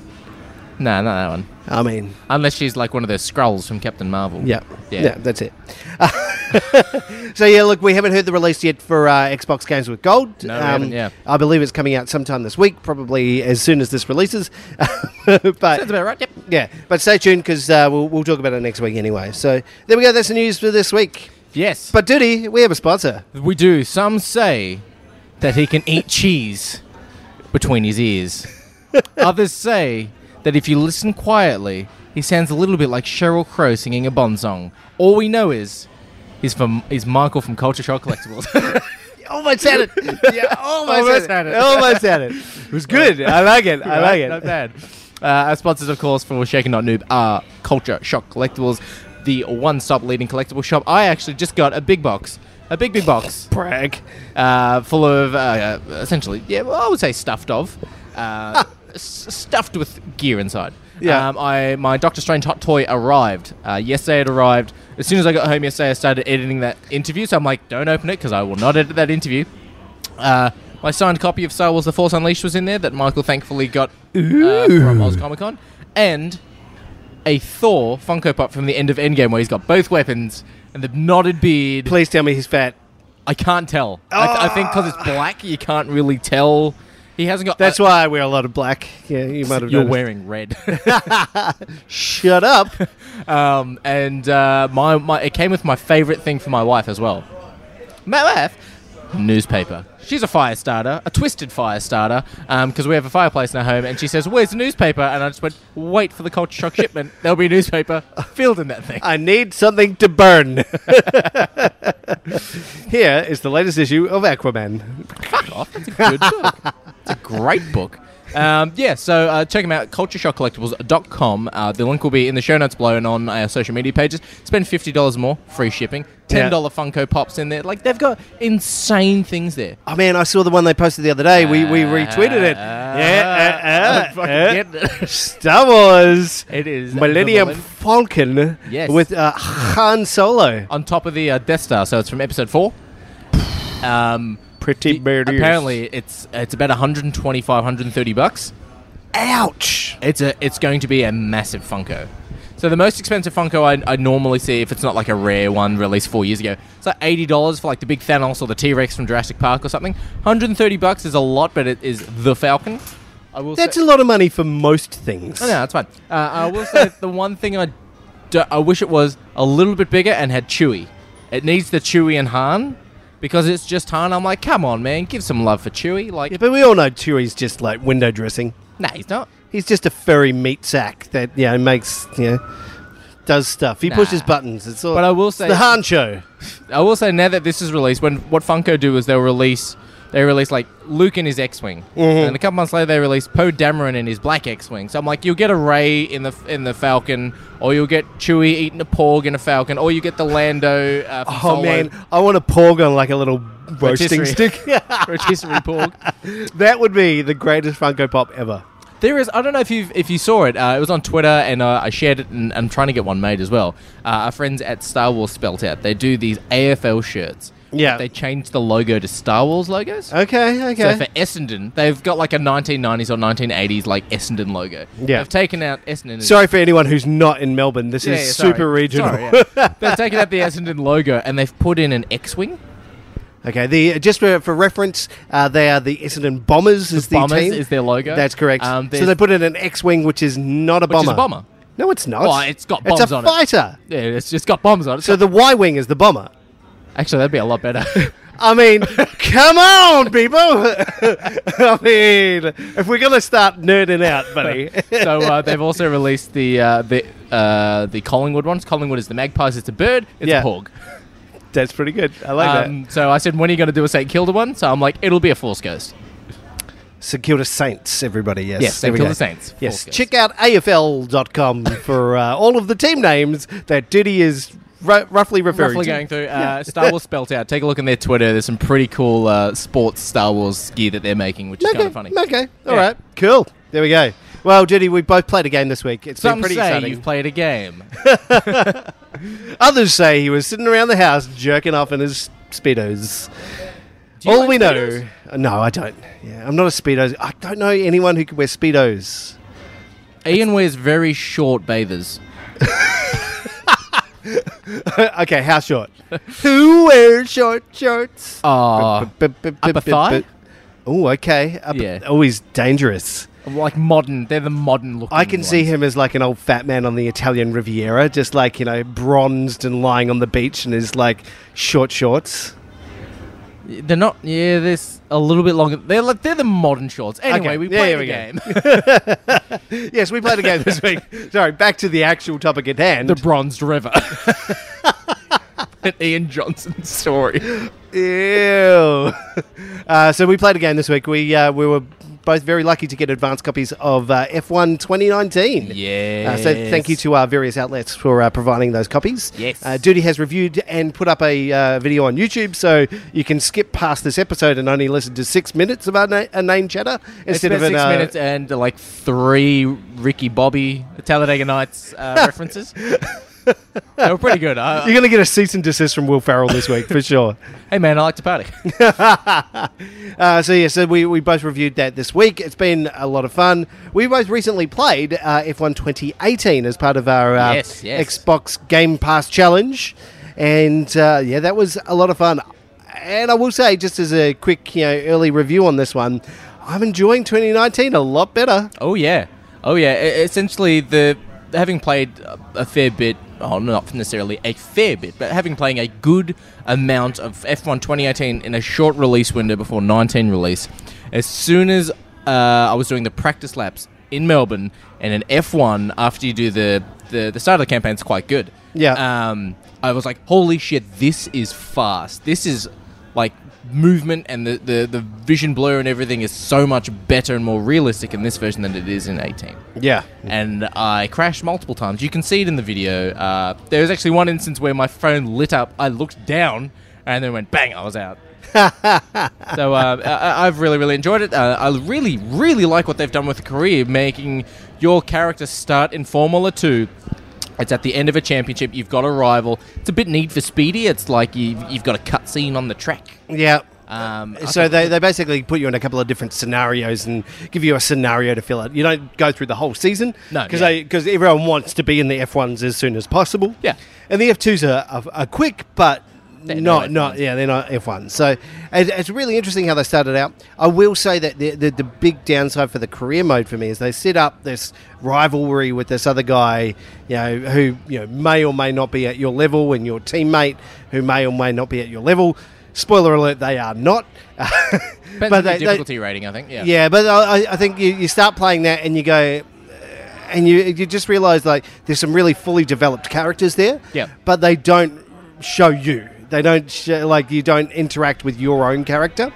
[SPEAKER 3] No, not that one.
[SPEAKER 2] I mean,
[SPEAKER 3] Unless she's like one of those scrolls from Captain Marvel.
[SPEAKER 2] yeah,
[SPEAKER 3] Yeah.
[SPEAKER 2] that's it. so yeah, look, we haven't heard the release yet for uh, Xbox Games with Gold. Um,
[SPEAKER 3] No, we haven't, yeah.
[SPEAKER 2] I believe it's coming out sometime this week, probably as soon as this releases. but
[SPEAKER 3] That's about right. Yep.
[SPEAKER 2] yeah, but stay tuned because uh, we'll, we'll talk about it next week anyway. So there we go. That's the news for this week.
[SPEAKER 3] Yes.
[SPEAKER 2] But Duty, we have a sponsor.
[SPEAKER 3] we do. Some say that he can eat cheese between his ears. Others say that if you listen quietly, he sounds a little bit like Cheryl Crow singing a Bond song. All we know is he's from is Michael from Culture Shock Collectibles. oh,
[SPEAKER 2] Almost had it. Yeah, almost,
[SPEAKER 3] Almost
[SPEAKER 2] had
[SPEAKER 3] had
[SPEAKER 2] it.
[SPEAKER 3] it.
[SPEAKER 2] Almost had it. It was good. I like it. I like it.
[SPEAKER 3] Not bad. Uh, our sponsors, of course, for Shaken Not Noob are Culture Shock Collectibles, the one-stop leading collectible shop. I actually just got a big box, a big big box
[SPEAKER 2] Brag.
[SPEAKER 3] uh, full of uh, uh, essentially, yeah, well, I would say stuffed of, uh, s- stuffed with gear inside.
[SPEAKER 2] Yeah.
[SPEAKER 3] Um, I my Doctor Strange hot toy arrived uh, yesterday. It arrived as soon as I got home yesterday. I started editing that interview, so I'm like, don't open it because I will not edit that interview. Uh, my signed copy of Star Wars: The Force Unleashed was in there that Michael thankfully got uh, from Oz Comic Con, and a Thor Funko Pop from the end of Endgame where he's got both weapons and the knotted beard.
[SPEAKER 2] Please tell me he's fat.
[SPEAKER 3] I can't tell. I, th- I think because it's black, you can't really tell. He hasn't got.
[SPEAKER 2] Ah. That's
[SPEAKER 3] uh,
[SPEAKER 2] why I wear a lot of black. Yeah, you might have
[SPEAKER 3] you're
[SPEAKER 2] noticed.
[SPEAKER 3] wearing red.
[SPEAKER 2] Shut up.
[SPEAKER 3] um, and uh, my, my it came with my favorite thing for my wife as well. My wife, newspaper. She's a fire starter, a twisted fire starter, because we have a fireplace in our home. And she says, "Where's the newspaper?" And I just went, "Wait for the culture shock shipment. There'll be a newspaper filled in that thing."
[SPEAKER 2] I need something to burn. Here is the latest issue of Aquaman.
[SPEAKER 3] Fuck off. That's a good book. It's a great book. Um, yeah, so uh, check them out, cultureshockcollectibles.com. Uh, the link will be in the show notes below and on our social media pages. Spend $50 more, free shipping. $10 Funko Pops in there. Like, they've got insane things there.
[SPEAKER 2] Oh man, I saw the one they posted the other day. We we retweeted it.
[SPEAKER 3] Uh-huh.
[SPEAKER 2] Yeah, uh, uh, uh. Star Wars.
[SPEAKER 3] It is the
[SPEAKER 2] Millennium
[SPEAKER 3] Millenn-
[SPEAKER 2] Falcon
[SPEAKER 3] Yes.
[SPEAKER 2] with uh, Han Solo.
[SPEAKER 3] on top of the uh, Death Star, so it's from episode 4. Um,
[SPEAKER 2] Pretty
[SPEAKER 3] the-
[SPEAKER 2] murderous.
[SPEAKER 3] apparently, it's it's about 125, 130 bucks.
[SPEAKER 2] Ouch.
[SPEAKER 3] It's a it's going to be a massive Funko. So the most expensive Funko I, I normally see, if it's not like a rare one released four years ago, it's like eighty dollars for like the big Thanos or the T Rex from Jurassic Park or something. Hundred and thirty bucks is a lot, but it is the Falcon. I will.
[SPEAKER 2] That's
[SPEAKER 3] say,
[SPEAKER 2] a lot of money for most things.
[SPEAKER 3] no, no, that's fine. Uh, I will say the one thing I do, I wish it was a little bit bigger and had Chewie. It needs the Chewie and Han because it's just Han. I'm like, come on, man, give some love for Chewie. Like,
[SPEAKER 2] Yeah, but we all know Chewie's just like window dressing.
[SPEAKER 3] nah, he's not.
[SPEAKER 2] He's just a furry meat sack that you know makes you know does stuff. He
[SPEAKER 3] Nah.
[SPEAKER 2] pushes buttons. It's all.
[SPEAKER 3] But I will
[SPEAKER 2] it's
[SPEAKER 3] say-
[SPEAKER 2] the Han show.
[SPEAKER 3] I will say now that this is released, when what Funko do is they'll release they release like Luke in his X-wing,
[SPEAKER 2] Mm-hmm.
[SPEAKER 3] and a couple months later they release Poe Dameron in his black X-wing. So I'm like, you'll get a Ray in the in the Falcon, or you'll get Chewie eating a Porg in a Falcon, or you get the Lando. Uh, from
[SPEAKER 2] Oh
[SPEAKER 3] Solo
[SPEAKER 2] man, I want a porg on like a little roasting
[SPEAKER 3] Rotisserie.
[SPEAKER 2] stick.
[SPEAKER 3] rotisserie Porg.
[SPEAKER 2] that would be the greatest Funko Pop ever.
[SPEAKER 3] There is. I don't know if you if you saw it. Uh, it was on Twitter, and uh, I shared it, and I'm trying to get one made as well. Uh, our friends at Star Wars Spelt Out, they do these AFL shirts.
[SPEAKER 2] Yeah.
[SPEAKER 3] They changed the logo to Star Wars logos.
[SPEAKER 2] Okay, okay.
[SPEAKER 3] So for Essendon, they've got like a 1990s or 1980s like Essendon logo.
[SPEAKER 2] Yeah.
[SPEAKER 3] They've taken out Essendon. and-
[SPEAKER 2] Sorry for anyone who's not in Melbourne. This
[SPEAKER 3] Yeah,
[SPEAKER 2] is
[SPEAKER 3] yeah, sorry.
[SPEAKER 2] super regional.
[SPEAKER 3] Sorry, yeah. they've taken out the Essendon logo and they've put in an X-wing.
[SPEAKER 2] Okay, the just for, for reference, uh, they are the Essendon Bombers. is the
[SPEAKER 3] Bombers
[SPEAKER 2] team.
[SPEAKER 3] is their logo.
[SPEAKER 2] That's correct.
[SPEAKER 3] Um,
[SPEAKER 2] so
[SPEAKER 3] there's-
[SPEAKER 2] they put in an X-wing, which is not a
[SPEAKER 3] Which
[SPEAKER 2] bomber.
[SPEAKER 3] is a bomber.
[SPEAKER 2] No, it's not.
[SPEAKER 3] Well, it's got
[SPEAKER 2] it's
[SPEAKER 3] bombs
[SPEAKER 2] a
[SPEAKER 3] on it.
[SPEAKER 2] fighter.
[SPEAKER 3] Yeah, it's just got bombs on it.
[SPEAKER 2] So the Y-wing is the bomber.
[SPEAKER 3] Actually, that'd be a lot better.
[SPEAKER 2] I mean, come on, people. I mean, if we're gonna start nerding out, buddy.
[SPEAKER 3] so uh, they've also released the uh, the uh, the Collingwood ones. Collingwood is the Magpies. It's a bird. It's
[SPEAKER 2] Yeah.
[SPEAKER 3] a porg.
[SPEAKER 2] That's pretty good. I like
[SPEAKER 3] Um, so I said, when are you going to do a St Kilda one? So I'm like, it'll be a Force Ghost.
[SPEAKER 2] that. St Kilda Saints, everybody. Yes.
[SPEAKER 3] Yes,
[SPEAKER 2] there
[SPEAKER 3] St
[SPEAKER 2] we
[SPEAKER 3] Kilda
[SPEAKER 2] go.
[SPEAKER 3] Saints.
[SPEAKER 2] Yes,
[SPEAKER 3] Force Ghost.
[SPEAKER 2] check out afl.com for uh, all of the team names that Diddy is ru- roughly referring
[SPEAKER 3] roughly
[SPEAKER 2] to.
[SPEAKER 3] going through. Uh, Star Wars spelt out. Take a look on their Twitter. There's some pretty cool uh, sports Star Wars gear that they're making, which is
[SPEAKER 2] Okay.
[SPEAKER 3] kind of funny.
[SPEAKER 2] Okay. all right,
[SPEAKER 3] Yeah.
[SPEAKER 2] Cool. There we go. Well, Judy, we both played a game this week. It's
[SPEAKER 3] Some
[SPEAKER 2] been pretty
[SPEAKER 3] say
[SPEAKER 2] exciting.
[SPEAKER 3] you've played a game.
[SPEAKER 2] Others say he was sitting around the house jerking off in his speedos.
[SPEAKER 3] Do you
[SPEAKER 2] All
[SPEAKER 3] like
[SPEAKER 2] we know.
[SPEAKER 3] Speedos?
[SPEAKER 2] No, I don't. Yeah, I'm not a speedos. I don't know anyone who can wear speedos.
[SPEAKER 3] Ian wears very short bathers.
[SPEAKER 2] Uh, okay, how short? Who wears short shorts?
[SPEAKER 3] Ah, upper thigh?
[SPEAKER 2] Oh, okay. Up,
[SPEAKER 3] Yeah.
[SPEAKER 2] Always dangerous.
[SPEAKER 3] like modern. They're the modern looking.
[SPEAKER 2] I can see
[SPEAKER 3] ones.
[SPEAKER 2] him as like an old fat man on the Italian Riviera, just like, you know, bronzed and lying on the beach in his like short shorts.
[SPEAKER 3] They're not. Yeah, there's a little bit longer. They're like they're the modern shorts. Anyway,
[SPEAKER 2] Okay,
[SPEAKER 3] we
[SPEAKER 2] there
[SPEAKER 3] play
[SPEAKER 2] we
[SPEAKER 3] the
[SPEAKER 2] go.
[SPEAKER 3] game.
[SPEAKER 2] Yes, we played a game this week. Sorry, back to the actual topic at hand.
[SPEAKER 3] the Bronzed River. An Ian Johnson story.
[SPEAKER 2] Ew. Uh, so we played a game this week. We uh, we were both very lucky to get advance copies of uh, F1 2019.
[SPEAKER 3] Yeah.
[SPEAKER 2] Uh, so thank you to our various outlets for uh, providing those copies.
[SPEAKER 3] Yes.
[SPEAKER 2] Uh, Duty has reviewed and put up a uh, video on YouTube, so you can skip past this episode and only listen to six minutes of our na- a name chatter
[SPEAKER 3] It's
[SPEAKER 2] instead
[SPEAKER 3] been
[SPEAKER 2] of an,
[SPEAKER 3] six
[SPEAKER 2] uh,
[SPEAKER 3] minutes and uh, like three Ricky Bobby Talladega Nights uh, references. they were pretty good. I,
[SPEAKER 2] You're going to get a cease and desist from Will Farrell this week for sure.
[SPEAKER 3] hey man, I like to party.
[SPEAKER 2] Uh, so yeah, so we, we both reviewed that this week. It's been a lot of fun. We both recently played uh, F1 2018 as part of our uh,
[SPEAKER 3] Yes, yes.
[SPEAKER 2] Xbox Game Pass challenge, and uh, yeah, that was a lot of fun. And I will say, just as a quick you know early review on this one, I'm enjoying 2019 a lot better.
[SPEAKER 3] oh yeah, oh yeah. E- essentially, the having played a- a fair bit. Oh, not necessarily a fair bit, but having playing a good amount of F1 2018 in a short release window before 19 release. As soon as uh, I was doing the practice laps in Melbourne and an F1 after you do the the, the start of the campaign is quite good.
[SPEAKER 2] Yeah.
[SPEAKER 3] um, I was like, holy shit, this is fast. This is like movement and the, the, the vision blur and everything is so much better and more realistic in this version than it is in 18.
[SPEAKER 2] Yeah,
[SPEAKER 3] And I crashed multiple times. You can see it in the video. Uh, there was actually one instance where my phone lit up. I looked down and then went bang, I was out. so uh, I, I've really, really enjoyed it. Uh, I really, really like what they've done with the career, making your character start in Formula 2 it's at the end of a championship. You've got a rival. It's a bit Need for Speedy. It's like you've, you've got a cutscene on the track.
[SPEAKER 2] yeah.
[SPEAKER 3] Um, I
[SPEAKER 2] so
[SPEAKER 3] thought-
[SPEAKER 2] they, they basically put you in a couple of different scenarios and give you a scenario to fill out. You don't go through the whole season
[SPEAKER 3] No,
[SPEAKER 2] because
[SPEAKER 3] yeah.
[SPEAKER 2] because everyone wants to be in the F1s as soon as possible.
[SPEAKER 3] Yeah.
[SPEAKER 2] and the F2s are, are, are quick, but
[SPEAKER 3] They're
[SPEAKER 2] not
[SPEAKER 3] no
[SPEAKER 2] not
[SPEAKER 3] F1s.
[SPEAKER 2] yeah they're not F1s. So it, it's really interesting how they started out. I will say that the, the the big downside for the career mode for me is they set up this rivalry with this other guy, you know, who you know may or may not be at your level, and your teammate who may or may not be at your level. Spoiler alert: they are not.
[SPEAKER 3] Depends on your difficulty rating, I think. Yeah.
[SPEAKER 2] yeah, but I, I- I think you, you start playing that and you go, uh, and you you just realise like there's some really fully developed characters there.
[SPEAKER 3] Yeah.
[SPEAKER 2] But they don't show you. They don't sh- like you don't interact with your own character.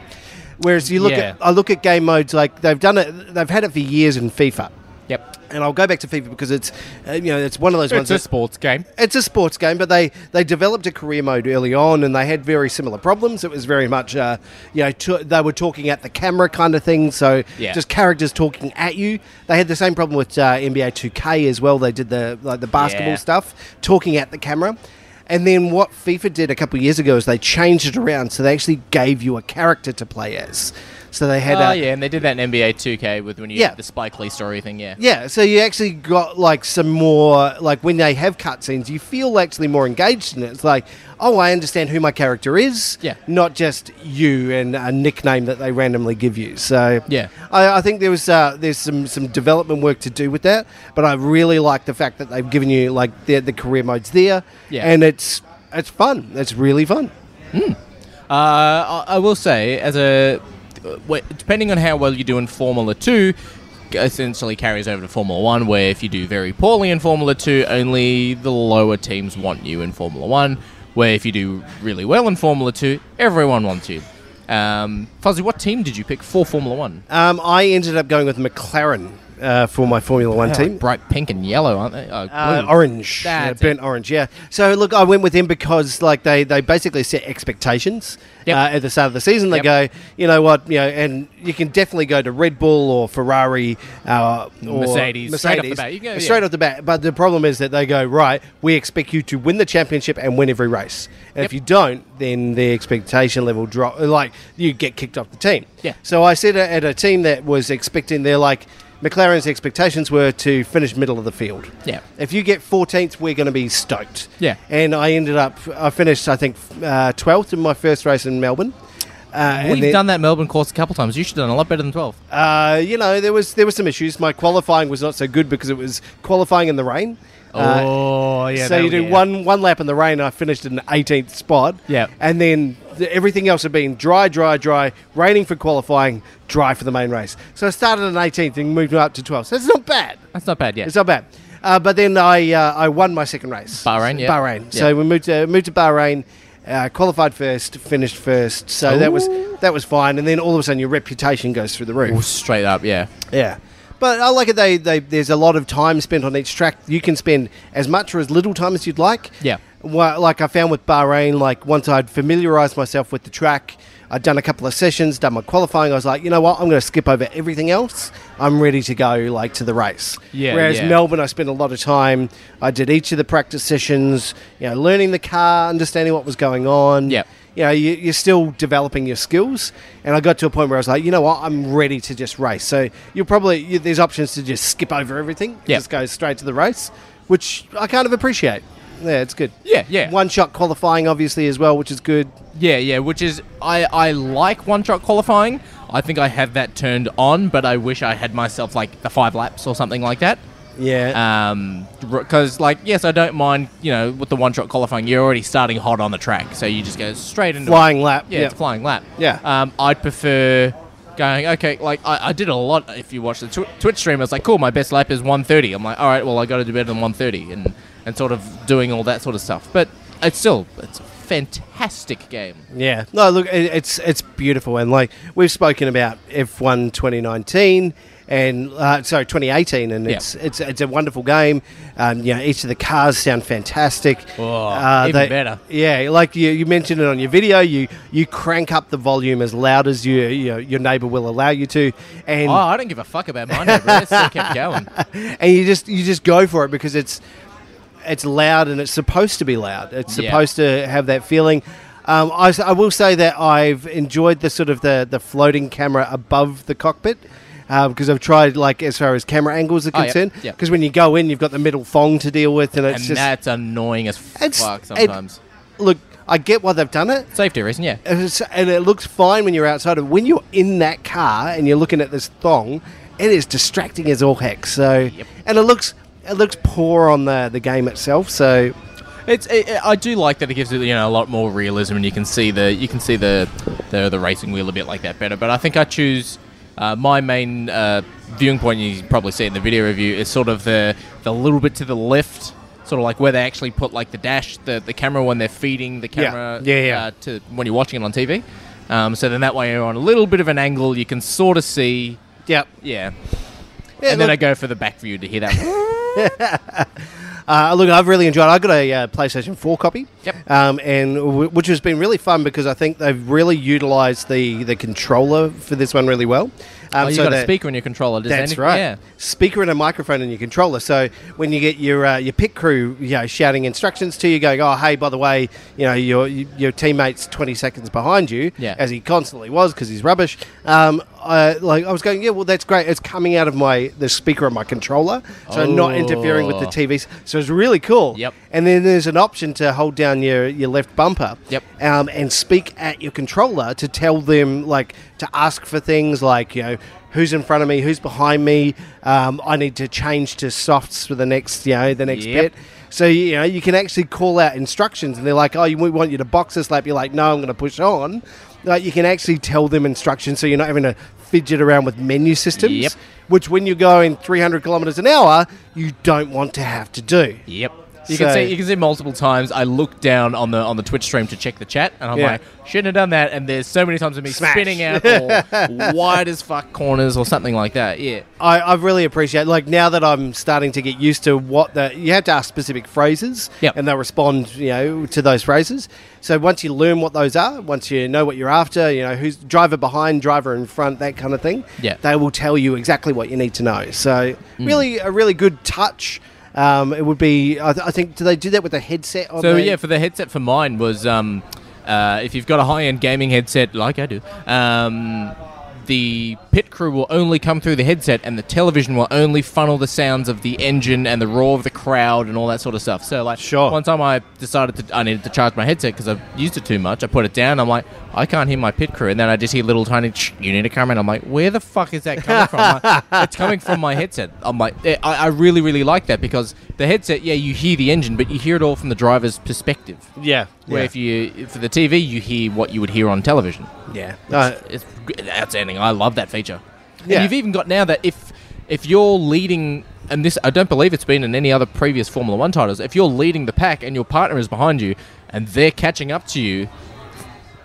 [SPEAKER 2] Whereas you look
[SPEAKER 3] Yeah.
[SPEAKER 2] at I look at game modes like they've done it. They've had it for years in FIFA.
[SPEAKER 3] Yep.
[SPEAKER 2] And I'll go back to FIFA because it's, uh, you know, it's one of those ones.
[SPEAKER 3] It's a
[SPEAKER 2] that-
[SPEAKER 3] sports game.
[SPEAKER 2] it's a sports game, but they, they developed a career mode early on, and they had very similar problems. It was very much, uh, you know, to, they were talking at the camera kind of thing, so
[SPEAKER 3] Yeah.
[SPEAKER 2] just characters talking at you. They had the same problem with uh, NBA Two K as well. They did the like the basketball
[SPEAKER 3] Yeah.
[SPEAKER 2] stuff, talking at the camera. And then what FIFA did a couple of years ago is they changed it around, so they actually gave you a character to play as. So they had,
[SPEAKER 3] Oh,
[SPEAKER 2] uh,
[SPEAKER 3] yeah. And they did that in NBA 2K with when you
[SPEAKER 2] Yeah.
[SPEAKER 3] did the Spike Lee story thing. Yeah.
[SPEAKER 2] yeah, so you actually got like some more like when they have cutscenes, you feel actually more engaged in it. It's like, oh, I understand who my character is.
[SPEAKER 3] Yeah.
[SPEAKER 2] not just you and a nickname that they randomly give you. So
[SPEAKER 3] Yeah.
[SPEAKER 2] I, I think there was uh, there's some some development work to do with that, but I really like the fact that they've given you like the the career modes there.
[SPEAKER 3] Yeah.
[SPEAKER 2] and it's it's fun. It's really fun.
[SPEAKER 3] Uh, I, I will say, as a uh, wh- depending on how well you do in Formula Two, essentially carries over to Formula One, where if you do very poorly in Formula Two, only the lower teams want you in Formula One. Where if you do really well in Formula Two, everyone wants you. Um, Fuzzy, what team did you pick for Formula One?
[SPEAKER 2] Um, I ended up going with McLaren uh, for my Formula One team.
[SPEAKER 3] Bright pink and yellow, aren't they? Oh,
[SPEAKER 2] Uh,
[SPEAKER 3] blue.
[SPEAKER 2] orange, yeah,
[SPEAKER 3] That's
[SPEAKER 2] burnt orange. Yeah. So look, I went with them because like they, they basically set expectations
[SPEAKER 3] Yep.
[SPEAKER 2] uh, at the start of the season. They
[SPEAKER 3] Yep.
[SPEAKER 2] go, you know what, you know, and you can definitely go to Red Bull or Ferrari uh, or
[SPEAKER 3] Mercedes, straight off the
[SPEAKER 2] Mercedes,
[SPEAKER 3] bat. You can go,
[SPEAKER 2] straight
[SPEAKER 3] yeah.
[SPEAKER 2] off the bat. But the problem is that they go right. We expect you to win the championship and win every race. And if
[SPEAKER 3] Yep.
[SPEAKER 2] you don't, then the expectation level drop. Like you get kicked off the team.
[SPEAKER 3] Yeah.
[SPEAKER 2] So I said at a team that was expecting they're like McLaren's expectations were to finish middle of the field.
[SPEAKER 3] Yeah.
[SPEAKER 2] If you get 14th, we're going to be stoked.
[SPEAKER 3] Yeah.
[SPEAKER 2] And I ended up, I finished, I think, uh, 12th in my first race in Melbourne. Uh,
[SPEAKER 3] We've done that Melbourne course a couple times. You should have done a lot better than 12.
[SPEAKER 2] Uh, you know, there was there were some issues. My qualifying was not so good because it was qualifying in the rain. Uh,
[SPEAKER 3] oh, yeah.
[SPEAKER 2] so
[SPEAKER 3] that-
[SPEAKER 2] you do
[SPEAKER 3] yeah.
[SPEAKER 2] one one lap in the rain. I finished in the 18th spot.
[SPEAKER 3] Yeah.
[SPEAKER 2] and then th- everything else had been dry, dry, dry. Raining for qualifying, dry for the main race. So I started in 18th and moved up to 12th. So it's not bad.
[SPEAKER 3] That's not bad, yeah.
[SPEAKER 2] It's not bad. Uh, but then I uh, I won my second race.
[SPEAKER 3] Bahrain, yeah.
[SPEAKER 2] Bahrain.
[SPEAKER 3] Yeah.
[SPEAKER 2] So we moved to moved to Bahrain. Uh, qualified first, finished first, so that was that was fine. And then all of a sudden, your reputation goes through the roof.
[SPEAKER 3] Oh, Straight up, yeah.
[SPEAKER 2] Yeah. But I like it. They, they there's a lot of time spent on each track. You can spend as much or as little time as you'd like.
[SPEAKER 3] Yeah.
[SPEAKER 2] Wha- like I found with Bahrain, like once I'd familiarized myself with the track, I'd done a couple of sessions, done my qualifying. I was like, you know what? I'm going to skip over everything else. I'm ready to go like to the race.
[SPEAKER 3] Yeah,
[SPEAKER 2] Whereas
[SPEAKER 3] yeah.
[SPEAKER 2] Melbourne, I spent a lot of time. I did each of the practice sessions. You know, learning the car, understanding what was going on
[SPEAKER 3] Yeah.
[SPEAKER 2] you know, you, you're still developing your skills. And I got to a point where I was like, you know what, I'm ready to just race. So you'll probably, you, there's options to just skip over everything,
[SPEAKER 3] Yeah.
[SPEAKER 2] just go straight to the race, which I kind of appreciate. Yeah, it's good.
[SPEAKER 3] Yeah, yeah.
[SPEAKER 2] One shot qualifying, obviously, as well, which is good.
[SPEAKER 3] Yeah, yeah, which is I I like one truck qualifying. I think I have that turned on, but I wish I had myself like the five laps or something like that.
[SPEAKER 2] Yeah.
[SPEAKER 3] Um, because like yes, I don't mind you know with the one truck qualifying, you're already starting hot on the track, so you just go straight into
[SPEAKER 2] Flying lap.
[SPEAKER 3] Yeah, it's flying lap.
[SPEAKER 2] Yeah.
[SPEAKER 3] Um, I'd prefer going okay. Like I, I did a lot. If you watch the tw- Twitch stream, I was like, cool, my best lap is 130. I'm like, all right, well, I got to do better than 130, and and sort of doing all that sort of stuff. But it's still it's a fantastic game.
[SPEAKER 2] Yeah. No, look, it, it's it's beautiful, and like we've spoken about F1 2019 and uh, sorry 2018, and
[SPEAKER 3] Yeah.
[SPEAKER 2] it's it's it's a wonderful game. Um, you know, each of the cars sound fantastic. Uh,
[SPEAKER 3] Oh, even better.
[SPEAKER 2] Yeah, like you, you mentioned it on your video, you you crank up the volume as loud as you, you your neighbour will allow you to, and
[SPEAKER 3] Oh, I don't give a fuck about my neighbor. That still kept going.
[SPEAKER 2] and you just you just go for it because it's it's loud and it's supposed to be loud. It's
[SPEAKER 3] Yeah.
[SPEAKER 2] supposed to have that feeling. Um, I, s- I will say that I've enjoyed the sort of the, the floating camera above the cockpit uh, because I've tried like as far as camera angles are
[SPEAKER 3] Oh, yeah,
[SPEAKER 2] concerned. Because
[SPEAKER 3] yeah.
[SPEAKER 2] when you go in, you've got the middle thong to deal with, and it's
[SPEAKER 3] And
[SPEAKER 2] just
[SPEAKER 3] that's annoying as
[SPEAKER 2] it's,
[SPEAKER 3] fuck
[SPEAKER 2] it-
[SPEAKER 3] sometimes.
[SPEAKER 2] look, I get why they've done it.
[SPEAKER 3] Safety reason, yeah.
[SPEAKER 2] And it's- and it looks fine when you're outside of when you're in that car and you're looking at this thong it is distracting as all heck so and it looks it looks poor on the the game itself so
[SPEAKER 3] It's it, it- I do like that it gives it you know a lot more realism and you can see the you can see the the, the racing wheel a bit like that better. But I think I choose uh, my main uh, viewing point. You can probably see it in the video review is sort of the the little bit to the left, sort of like where they actually put like the dash the, the camera when they're feeding the
[SPEAKER 2] Yeah.
[SPEAKER 3] camera
[SPEAKER 2] Yeah, yeah.
[SPEAKER 3] Uh, to when you're watching it on TV. Um, so then that way you're on a little bit of an angle. You can sort of see.
[SPEAKER 2] yep
[SPEAKER 3] Yeah,
[SPEAKER 2] yeah,
[SPEAKER 3] and then I
[SPEAKER 2] look,
[SPEAKER 3] go for the back view to hear that.
[SPEAKER 2] uh, look I've really enjoyed I got a uh, PlayStation 4 copy
[SPEAKER 3] Yep.
[SPEAKER 2] um, and w- which has been really fun because I think they've really utilized the the controller for this one really well um,
[SPEAKER 3] oh, you
[SPEAKER 2] so
[SPEAKER 3] got a
[SPEAKER 2] that-
[SPEAKER 3] speaker in your controller. Does
[SPEAKER 2] That's
[SPEAKER 3] any-
[SPEAKER 2] right.
[SPEAKER 3] Yeah.
[SPEAKER 2] Speaker and a microphone in your controller. So when you get your uh, your pit crew, you know, shouting instructions to you, going, "Oh, hey, by the way, you know, your your teammate's twenty seconds behind you,"
[SPEAKER 3] Yeah.
[SPEAKER 2] as he constantly was because he's rubbish. Um, I, like I was going, "Yeah, well, that's great. It's coming out of my the speaker on my controller, so not interfering with the
[SPEAKER 3] Oh.
[SPEAKER 2] TVs. So it's really cool."
[SPEAKER 3] Yep.
[SPEAKER 2] And then there's an option to hold down your your left bumper.
[SPEAKER 3] Yep.
[SPEAKER 2] Um, and speak at your controller to tell them like to ask for things like you know who's in front of me, who's behind me. Um, I need to change to softs for the next you know the next
[SPEAKER 3] Yep.
[SPEAKER 2] bit. So you know you can actually call out instructions, and they're like, "Oh, you- we want you to box this lap." You're like, "No, I'm going to push on." Like you can actually tell them instructions, so you're not having to fidget around with menu systems.
[SPEAKER 3] Yep.
[SPEAKER 2] Which, when you're going 300 kilometers an hour, you don't want to have to do.
[SPEAKER 3] Yep. You
[SPEAKER 2] So-
[SPEAKER 3] can see you can see multiple times. I looked down on the on the Twitch stream to check the chat, and I'm
[SPEAKER 2] Yeah.
[SPEAKER 3] like, shouldn't have done that. And there's so many times of me
[SPEAKER 2] Smash.
[SPEAKER 3] spinning out or wide as fuck corners or something like that. Yeah.
[SPEAKER 2] I, I really appreciate like now that I'm starting to get used to what the you have to ask specific phrases
[SPEAKER 3] Yep.
[SPEAKER 2] and they'll respond you know to those phrases so once you learn what those are once you know what you're after you know who's driver behind driver in front that kind of thing
[SPEAKER 3] Yeah. Mm.
[SPEAKER 2] they will tell you exactly what you need to know so really a really good touch um, it would be I, th- I think do they do that with a headset on
[SPEAKER 3] So
[SPEAKER 2] the-
[SPEAKER 3] yeah, for the headset for mine was um, uh, if you've got a high end gaming headset like I do, um, the pit crew will only come through the headset and the television will only funnel the sounds of the engine and the roar of the crowd and all that sort of stuff. So like
[SPEAKER 2] Sure.
[SPEAKER 3] one time I decided to I needed to charge my headset because I've used it too much. I put it down. I'm like I can't hear my pit crew and then I just hear little tiny "Shh, you need to come in. I'm like where the fuck is that coming from? I'm like, it's coming from my headset. I'm like eh, I, I really really like that because the headset yeah you hear the engine but you hear it all from the driver's perspective.
[SPEAKER 2] Yeah.
[SPEAKER 3] Where if you for the TV you hear what you would hear on television.
[SPEAKER 2] yeah. Uh,
[SPEAKER 3] It's g- outstanding. I love that feature.
[SPEAKER 2] Yeah.
[SPEAKER 3] And you've even got now that if if you're leading and this I don't believe it's been in any other previous Formula 1 titles, if you're leading the pack and your partner is behind you and they're catching up to you,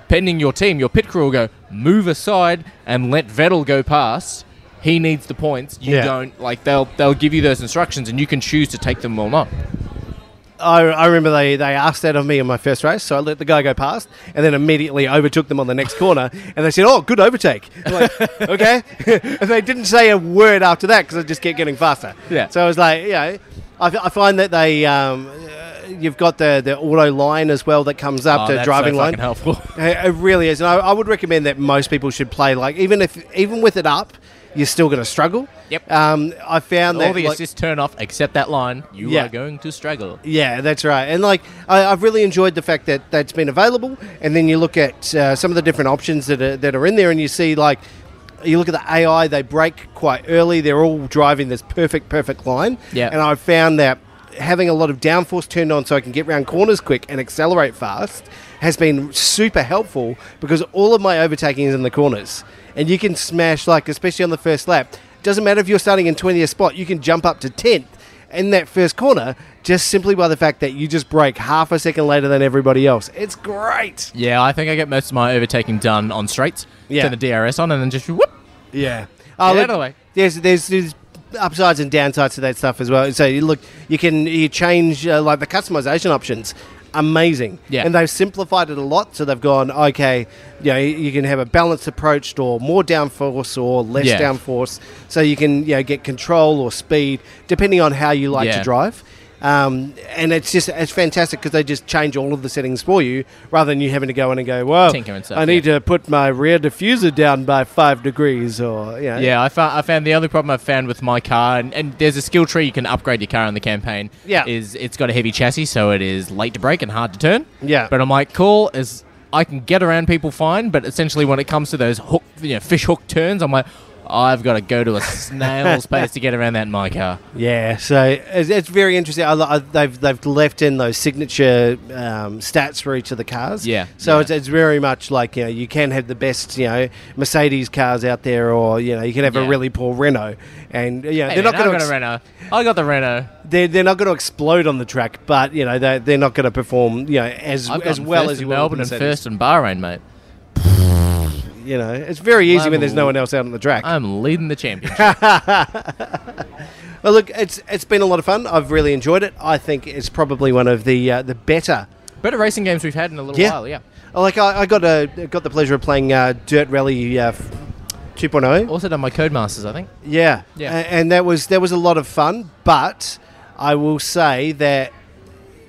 [SPEAKER 3] pending your team, your pit crew will go move aside and let Vettel go past. He needs the points. You
[SPEAKER 2] Yeah.
[SPEAKER 3] don't like they'll they'll give you those instructions and you can choose to take them or not.
[SPEAKER 2] I, I remember they, they asked that of me in my first race, so I let the guy go past and then immediately overtook them on the next corner. And they said, Oh, good overtake. I'm like, okay. and they didn't say a word after that because I just kept getting faster.
[SPEAKER 3] Yeah.
[SPEAKER 2] So I was like, you know, I, f- I find that they, um, uh, you've got the, the auto line as well that comes up,
[SPEAKER 3] Oh,
[SPEAKER 2] the
[SPEAKER 3] that's so
[SPEAKER 2] driving line.
[SPEAKER 3] fucking helpful.
[SPEAKER 2] It, it really is, and I, I would recommend that most people should play. Like even if even with it up, you're still going to struggle.
[SPEAKER 3] Yep.
[SPEAKER 2] Um, I found that
[SPEAKER 3] all the
[SPEAKER 2] like-
[SPEAKER 3] assists turn off except that line. You
[SPEAKER 2] Yeah.
[SPEAKER 3] are going to struggle.
[SPEAKER 2] Yeah, that's right. And like I, I've really enjoyed the fact that that's been available, and then you look at uh, some of the different options that are, that are in there, and you see like. You look at the AI; they break quite early. They're all driving this perfect, perfect line.
[SPEAKER 3] Yeah.
[SPEAKER 2] and I found that having a lot of downforce turned on, so I can get round corners quick and accelerate fast, has been super helpful because all of my overtaking is in the corners, and you can smash like, especially on the first lap. Doesn't matter if you're starting in twentieth spot; you can jump up to tenth in that first corner just simply by the fact that you just break half a second later than everybody else. It's great.
[SPEAKER 3] Yeah, I think I get most of my overtaking done on straights.
[SPEAKER 2] Yeah.
[SPEAKER 3] Turn the DRS on and then just whoop.
[SPEAKER 2] Yeah.
[SPEAKER 3] Get
[SPEAKER 2] Oh,
[SPEAKER 3] out
[SPEAKER 2] look,
[SPEAKER 3] of the way.
[SPEAKER 2] There's, there's there's upsides and downsides to that stuff as well. So you look, you can you change uh, like the customization options. Amazing.
[SPEAKER 3] Yeah.
[SPEAKER 2] And they've simplified it a lot. So they've gone okay. You know, you can have a balanced approach or more downforce or less
[SPEAKER 3] Yeah.
[SPEAKER 2] downforce. So you can you know get control or speed depending on how you like to
[SPEAKER 3] Yeah.
[SPEAKER 2] drive. Um, and it's just it's fantastic because they just change all of the settings for you rather than you having to go in and go well
[SPEAKER 3] Tinker and stuff,
[SPEAKER 2] I need
[SPEAKER 3] yeah.
[SPEAKER 2] to put my rear diffuser down by five degrees or you know,
[SPEAKER 3] Yeah, I found, I found the other problem I found with my car, and, and there's a skill tree you can upgrade your car in the campaign.
[SPEAKER 2] Yeah.
[SPEAKER 3] is it's got a heavy chassis, so it is late to brake and hard to turn.
[SPEAKER 2] Yeah.
[SPEAKER 3] but I'm like, cool, is I can get around people fine, but essentially when it comes to those hook, you know, fish hook turns, I'm like, I've got to go to a snail's pace to get around that in my car.
[SPEAKER 2] Yeah, so it's, it's very interesting. I, lo- I, they've they've left in those signature um, stats for each of the cars.
[SPEAKER 3] Yeah,
[SPEAKER 2] so
[SPEAKER 3] yeah.
[SPEAKER 2] It's, it's very much like you know you can have the best you know Mercedes cars out there, or you know you can have a
[SPEAKER 3] Yeah.
[SPEAKER 2] really poor Renault, and you know they're
[SPEAKER 3] Hey, man,
[SPEAKER 2] not going
[SPEAKER 3] I've got a
[SPEAKER 2] to
[SPEAKER 3] Renault. I got the Renault.
[SPEAKER 2] they're, they're not going to explode on the track, but you know they they're not going to perform you know as
[SPEAKER 3] I've
[SPEAKER 2] as
[SPEAKER 3] gotten
[SPEAKER 2] well
[SPEAKER 3] first
[SPEAKER 2] as
[SPEAKER 3] in
[SPEAKER 2] you will with
[SPEAKER 3] Melbourne and
[SPEAKER 2] Mercedes.
[SPEAKER 3] first in Bahrain, mate.
[SPEAKER 2] You know it's very easy when there's no one else out on the track.
[SPEAKER 3] I'm leading the championship.
[SPEAKER 2] Well, look, it's it's been a lot of fun. I've really enjoyed it. I think it's probably one of the uh, the better.
[SPEAKER 3] Better racing games we've had in a little
[SPEAKER 2] Yeah.
[SPEAKER 3] while, yeah.
[SPEAKER 2] Like I, I got a got the pleasure of playing uh, Dirt Rally uh, f- 2.0.
[SPEAKER 3] Also done my Codemasters, I think.
[SPEAKER 2] Yeah,
[SPEAKER 3] Yeah.
[SPEAKER 2] A- and that was that was a lot of fun. But I will say that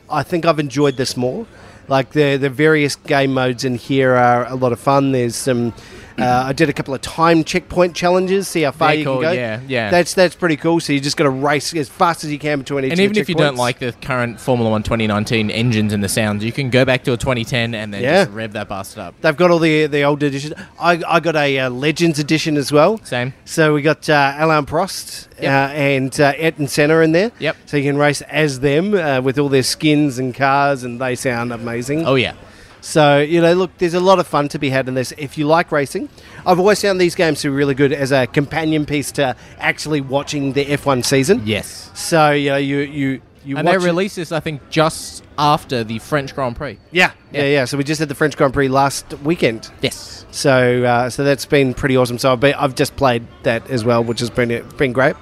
[SPEAKER 2] I think I've enjoyed this more. Like the the various game modes in here are a lot of fun. There's some. Uh, I did a couple of time checkpoint challenges. See how far
[SPEAKER 3] They're
[SPEAKER 2] you
[SPEAKER 3] cool,
[SPEAKER 2] can go.
[SPEAKER 3] yeah, yeah.
[SPEAKER 2] That's that's pretty cool. So you just got to race as fast as you can between each.
[SPEAKER 3] And
[SPEAKER 2] of the
[SPEAKER 3] even if you don't
[SPEAKER 2] checkpoints.
[SPEAKER 3] like the current Formula 1 2019 engines and the sounds, you can go back to a 2010 and then
[SPEAKER 2] Yeah.
[SPEAKER 3] just rev that bastard up.
[SPEAKER 2] They've got all the the old edition. I, I got a uh, Legends edition as well.
[SPEAKER 3] Same.
[SPEAKER 2] So we got uh, Alain Prost
[SPEAKER 3] Yep.
[SPEAKER 2] uh, and uh, Etten Senna in there.
[SPEAKER 3] Yep.
[SPEAKER 2] So you can race as them uh, with all their skins and cars, and they sound amazing.
[SPEAKER 3] Oh, yeah.
[SPEAKER 2] So you know, look, there's a lot of fun to be had in this. If you like racing, I've always found these games to be really good as a companion piece to actually watching the F1 season.
[SPEAKER 3] Yes.
[SPEAKER 2] So you know, you you you
[SPEAKER 3] And
[SPEAKER 2] watch
[SPEAKER 3] they
[SPEAKER 2] it-
[SPEAKER 3] released this, I think, just after the French Grand Prix.
[SPEAKER 2] Yeah, yeah,
[SPEAKER 3] Yeah.
[SPEAKER 2] yeah. So we just had the French Grand Prix last weekend.
[SPEAKER 3] Yes.
[SPEAKER 2] So, uh, so that's been pretty awesome. So I've, been, I've just played that as well, which has been been great.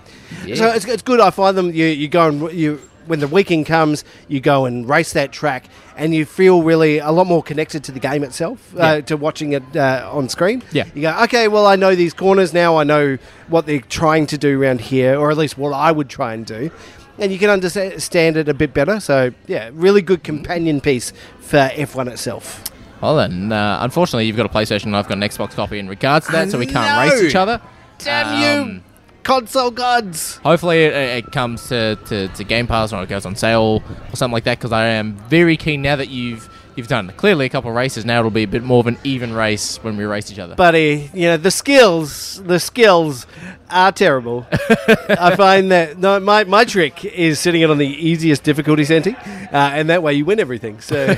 [SPEAKER 3] Yeah.
[SPEAKER 2] So it's, it's good. I find them. You you go and you when the weekend comes, you go and race that track, and you feel really a lot more connected to the game itself, uh,
[SPEAKER 3] Yeah.
[SPEAKER 2] to watching it uh, on screen.
[SPEAKER 3] Yeah.
[SPEAKER 2] You go, okay, well I know these corners now. I know what they're trying to do around here, or at least what I would try and do. And you can understand it a bit better. So, yeah, really good companion piece for F1 itself.
[SPEAKER 3] Well then, uh, unfortunately, you've got a PlayStation and I've got an Xbox copy in regards to that, so we can't
[SPEAKER 2] I
[SPEAKER 3] race
[SPEAKER 2] know.
[SPEAKER 3] each other.
[SPEAKER 2] Damn you,
[SPEAKER 3] Um,
[SPEAKER 2] console gods!
[SPEAKER 3] Hopefully, it, it comes to, to, to Game Pass or it goes on sale or something like that. Because I am very keen now that you've you've done clearly a couple of races. Now it'll be a bit more of an even race when we race each other.
[SPEAKER 2] buddy, you know the skills. The skills are terrible. I find that no, my, my trick is setting it on the easiest difficulty setting, uh, and that way you win everything. So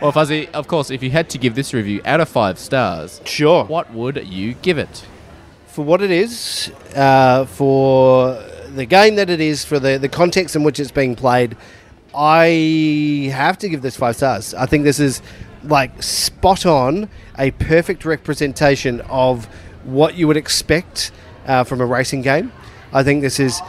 [SPEAKER 3] well, Fuzzy, of course, if you had to give this review out of five stars,
[SPEAKER 2] sure,
[SPEAKER 3] what would you give it?
[SPEAKER 2] for what it is, uh, for the game that it is, for the the context in which it's being played, I have to give this five stars. I think this is like spot on, a perfect representation of what you would expect uh, from a racing game. I think this is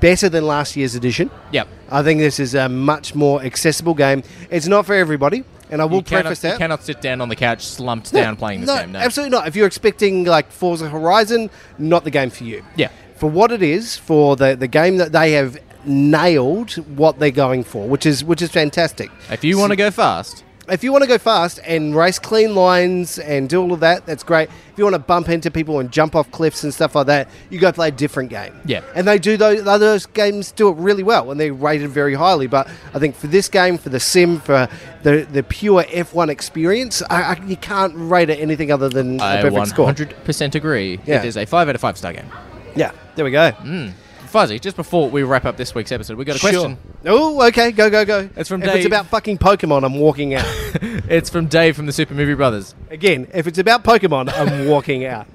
[SPEAKER 2] better than last year's edition.
[SPEAKER 3] Yep.
[SPEAKER 2] I think this is a much more accessible game. It's not for everybody, and I will
[SPEAKER 3] you cannot,
[SPEAKER 2] preface
[SPEAKER 3] you
[SPEAKER 2] that.
[SPEAKER 3] cannot sit down on the couch, slumped down, playing this
[SPEAKER 2] no,
[SPEAKER 3] game. No,
[SPEAKER 2] absolutely not. If you're expecting like Forza Horizon, not the game for you.
[SPEAKER 3] Yeah.
[SPEAKER 2] For what it is, for the the game that they have nailed what they're going for, which is which is fantastic.
[SPEAKER 3] If you want to go fast,
[SPEAKER 2] If you want to go fast and race clean lines and do all of that, that's great. If you want to bump into people and jump off cliffs and stuff like that, you go play a different game.
[SPEAKER 3] Yeah.
[SPEAKER 2] And they do those, those games do it really well and they're rated very highly. But I think for this game, for the sim, for the, the pure F1 experience, I, I, you can't rate it anything other than a
[SPEAKER 3] I
[SPEAKER 2] perfect score.
[SPEAKER 3] 100% agree.
[SPEAKER 2] Yeah.
[SPEAKER 3] It is a five out of five star game.
[SPEAKER 2] Yeah, there we go.
[SPEAKER 3] Mm, Fuzzy, just before we wrap up this week's episode, we got a question.
[SPEAKER 2] Oh, okay, go, go, go.
[SPEAKER 3] It's from
[SPEAKER 2] if
[SPEAKER 3] Dave.
[SPEAKER 2] it's about fucking Pokemon, I'm walking out.
[SPEAKER 3] It's from Dave from the Super Movie Brothers.
[SPEAKER 2] Again, if it's about Pokemon, I'm walking out.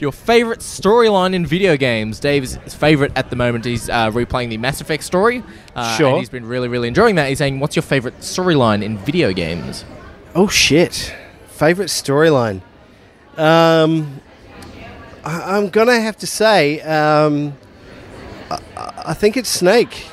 [SPEAKER 3] Your favorite storyline in video games? Dave's favorite at the moment. He's uh, replaying the Mass Effect story. Uh,
[SPEAKER 2] Sure.
[SPEAKER 3] And he's been really, really enjoying that. He's saying, "What's your favorite storyline in video games?"
[SPEAKER 2] Oh shit! Favorite storyline. Um, I- I'm gonna have to say, um, I-, I think it's Snake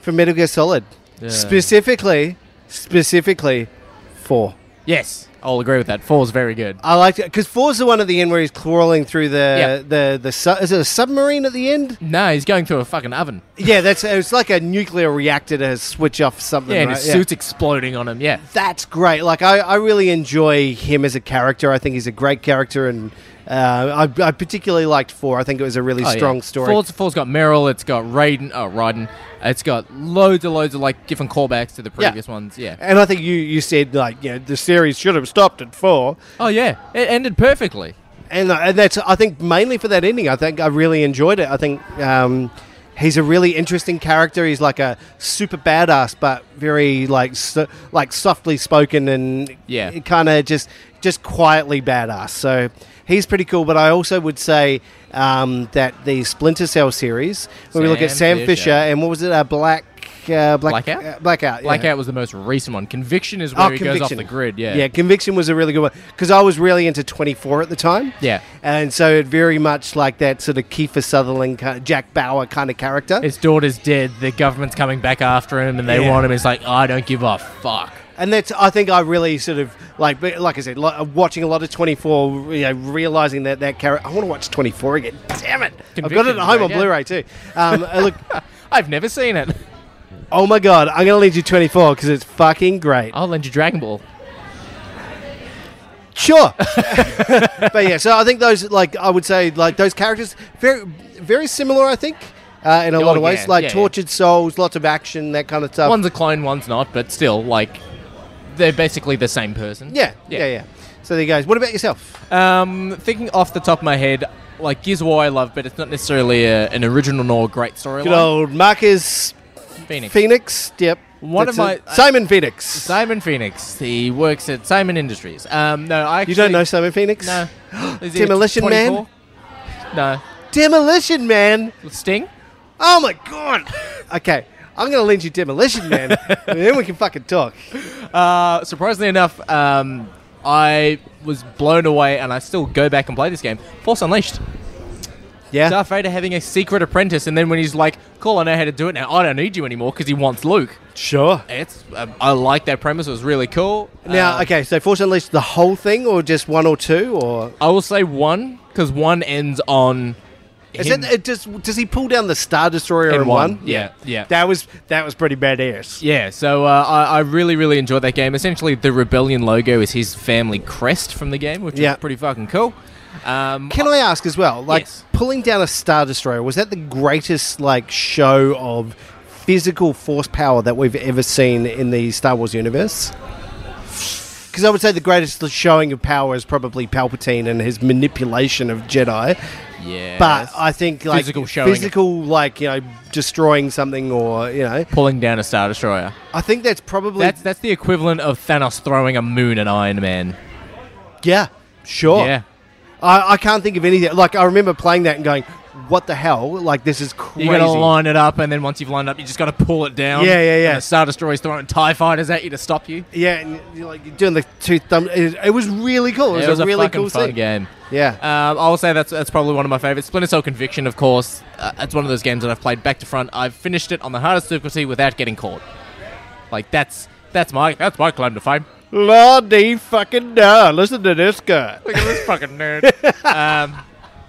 [SPEAKER 2] from Metal Gear Solid.
[SPEAKER 3] Yeah.
[SPEAKER 2] Specifically, specifically, four.
[SPEAKER 3] Yes, I'll agree with that. Four's very good.
[SPEAKER 2] I liked it because four's the one at the end where he's crawling through
[SPEAKER 3] Yeah.
[SPEAKER 2] the the the su- is it a submarine at the end?
[SPEAKER 3] No, he's going through a fucking oven.
[SPEAKER 2] yeah, that's it's like a nuclear reactor to switch off something.
[SPEAKER 3] Yeah, and
[SPEAKER 2] right?
[SPEAKER 3] his suit's exploding on him. Yeah.
[SPEAKER 2] that's great. Like I, I really enjoy him as a character. I think he's a great character, and uh, I, I particularly liked four. I think it was a really
[SPEAKER 3] Oh, yeah.
[SPEAKER 2] strong story.
[SPEAKER 3] Four's, four's got Meryl. It's got Raiden. Oh, Raiden. It's got loads and loads of like different callbacks to the
[SPEAKER 2] Yeah.
[SPEAKER 3] previous ones. Yeah.
[SPEAKER 2] and I think you, you said like you know, the series should have stopped at four,
[SPEAKER 3] Oh yeah, it ended perfectly.
[SPEAKER 2] and, uh, and that's I think mainly for that ending. I think I really enjoyed it. I think um, he's a really interesting character. He's like a super badass, but very like so, like softly spoken and
[SPEAKER 3] Yeah.
[SPEAKER 2] kind of just just quietly badass. So he's pretty cool. But I also would say um, that the Splinter Cell series, when we look at
[SPEAKER 3] Sam
[SPEAKER 2] Sam
[SPEAKER 3] Fisher.
[SPEAKER 2] Fisher, and what was it, uh, Black. Uh, Black,
[SPEAKER 3] Blackout?
[SPEAKER 2] uh, Blackout. yeah.
[SPEAKER 3] Blackout was the most recent one. Conviction is where he goes off the grid. Yeah.
[SPEAKER 2] Oh, yeah. Conviction was a really good one because I was really into 24 at the time.
[SPEAKER 3] Yeah.
[SPEAKER 2] and so it very much like that sort of Kiefer Sutherland, kind Jack Bauer kind of character.
[SPEAKER 3] His daughter's dead. The government's coming back after him, and they
[SPEAKER 2] Yeah.
[SPEAKER 3] want him. It's like I don't give a fuck.
[SPEAKER 2] and that's I think I really sort of like but like I said, lo- uh, watching a lot of 24, you know, realizing that that character. I want to watch 24 again. Damn it! I've got it at
[SPEAKER 3] Conviction,
[SPEAKER 2] home
[SPEAKER 3] right,
[SPEAKER 2] on
[SPEAKER 3] yeah.
[SPEAKER 2] Blu-ray too. Um, uh, look,
[SPEAKER 3] I've never seen it.
[SPEAKER 2] oh my god, I'm gonna lend you 24 because it's fucking great.
[SPEAKER 3] I'll lend you Dragon Ball.
[SPEAKER 2] Sure. but yeah, so I think those like I would say like those characters very very similar. I think. Uh, in a
[SPEAKER 3] Oh,
[SPEAKER 2] lot of
[SPEAKER 3] yeah,
[SPEAKER 2] ways, like
[SPEAKER 3] yeah, yeah.
[SPEAKER 2] tortured souls, lots of action, that kind of stuff.
[SPEAKER 3] One's a clone, one's not, but still, like, they're basically the same person.
[SPEAKER 2] yeah, yeah, yeah, So there you go. What about yourself?
[SPEAKER 3] Um, thinking off the top of my head, like Gears of War, I love, but it's not necessarily a, an original nor great
[SPEAKER 2] Good
[SPEAKER 3] storyline.
[SPEAKER 2] old Marcus
[SPEAKER 3] Phoenix.
[SPEAKER 2] Phoenix. Yep.
[SPEAKER 3] One of
[SPEAKER 2] That's it.
[SPEAKER 3] my-
[SPEAKER 2] Simon Phoenix.
[SPEAKER 3] Simon Phoenix. He works at Simon Industries. Um, no, I actually
[SPEAKER 2] you don't know Simon Phoenix?
[SPEAKER 3] No. Is he
[SPEAKER 2] Demolition Man?
[SPEAKER 3] 24? No.
[SPEAKER 2] Demolition Man.
[SPEAKER 3] Sting?
[SPEAKER 2] Oh my god. okay, I'm gonna lend you Demolition Man, and then we can fucking talk.
[SPEAKER 3] Uh, surprisingly enough, um, I was blown away and I still go back and play this game. Force Unleashed.
[SPEAKER 2] Yeah.
[SPEAKER 3] Darth Vader having a secret apprentice, and then when he's like, cool, I know how to do it now, I don't need you anymore because he wants Luke.
[SPEAKER 2] Sure.
[SPEAKER 3] It's, um, I like that premise, it was really cool.
[SPEAKER 2] Now,
[SPEAKER 3] Um,
[SPEAKER 2] okay, so Force Unleashed, the whole thing, or just one or two, or
[SPEAKER 3] I will say one, because one ends on
[SPEAKER 2] Is
[SPEAKER 3] him-
[SPEAKER 2] it, it does does he pull down the Star Destroyer in,
[SPEAKER 3] in
[SPEAKER 2] one?
[SPEAKER 3] Yeah, yeah.
[SPEAKER 2] That was that was pretty badass.
[SPEAKER 3] Yeah, so uh, I, I really, really enjoyed that game. Essentially, the Rebellion logo is his family crest from the game, which
[SPEAKER 2] Yeah.
[SPEAKER 3] is pretty fucking cool. Um,
[SPEAKER 2] Can I ask as well, like
[SPEAKER 3] Yes.
[SPEAKER 2] pulling down a Star Destroyer, was that the greatest like show of physical force power that we've ever seen in the Star Wars universe? Because I would say the greatest showing of power is probably Palpatine and his manipulation of Jedi.
[SPEAKER 3] yeah,
[SPEAKER 2] But I think like
[SPEAKER 3] Physical showing of-
[SPEAKER 2] physical, like you know, destroying something or you know,
[SPEAKER 3] pulling down a star destroyer.
[SPEAKER 2] I think that's probably
[SPEAKER 3] That's that's the equivalent of Thanos throwing a moon at Iron Man.
[SPEAKER 2] yeah, sure.
[SPEAKER 3] Yeah,
[SPEAKER 2] I, I can't think of anything. Like I remember playing that and going, "What the hell? Like this is crazy."
[SPEAKER 3] you gotta line it up, and then once you've lined up, you just gotta pull it down.
[SPEAKER 2] Yeah, yeah, yeah.
[SPEAKER 3] And the star destroyer's throwing Tie fighters at you to stop you.
[SPEAKER 2] Yeah, and you're like you're doing the two thumb. It, it was really cool. It was,
[SPEAKER 3] Yeah,
[SPEAKER 2] a, really
[SPEAKER 3] fucking
[SPEAKER 2] cool
[SPEAKER 3] fun
[SPEAKER 2] thing.
[SPEAKER 3] game.
[SPEAKER 2] Yeah.
[SPEAKER 3] Um, I'll say that's that's probably one of my favorites. Splinter Cell Conviction, of course. Uh, it's one of those games that I've played back to front. I've finished it on the hardest difficulty without getting caught. Like that's that's my that's my claim to fame.
[SPEAKER 2] Lordy fucking da! Listen to this guy.
[SPEAKER 3] Look at this fucking nerd. um,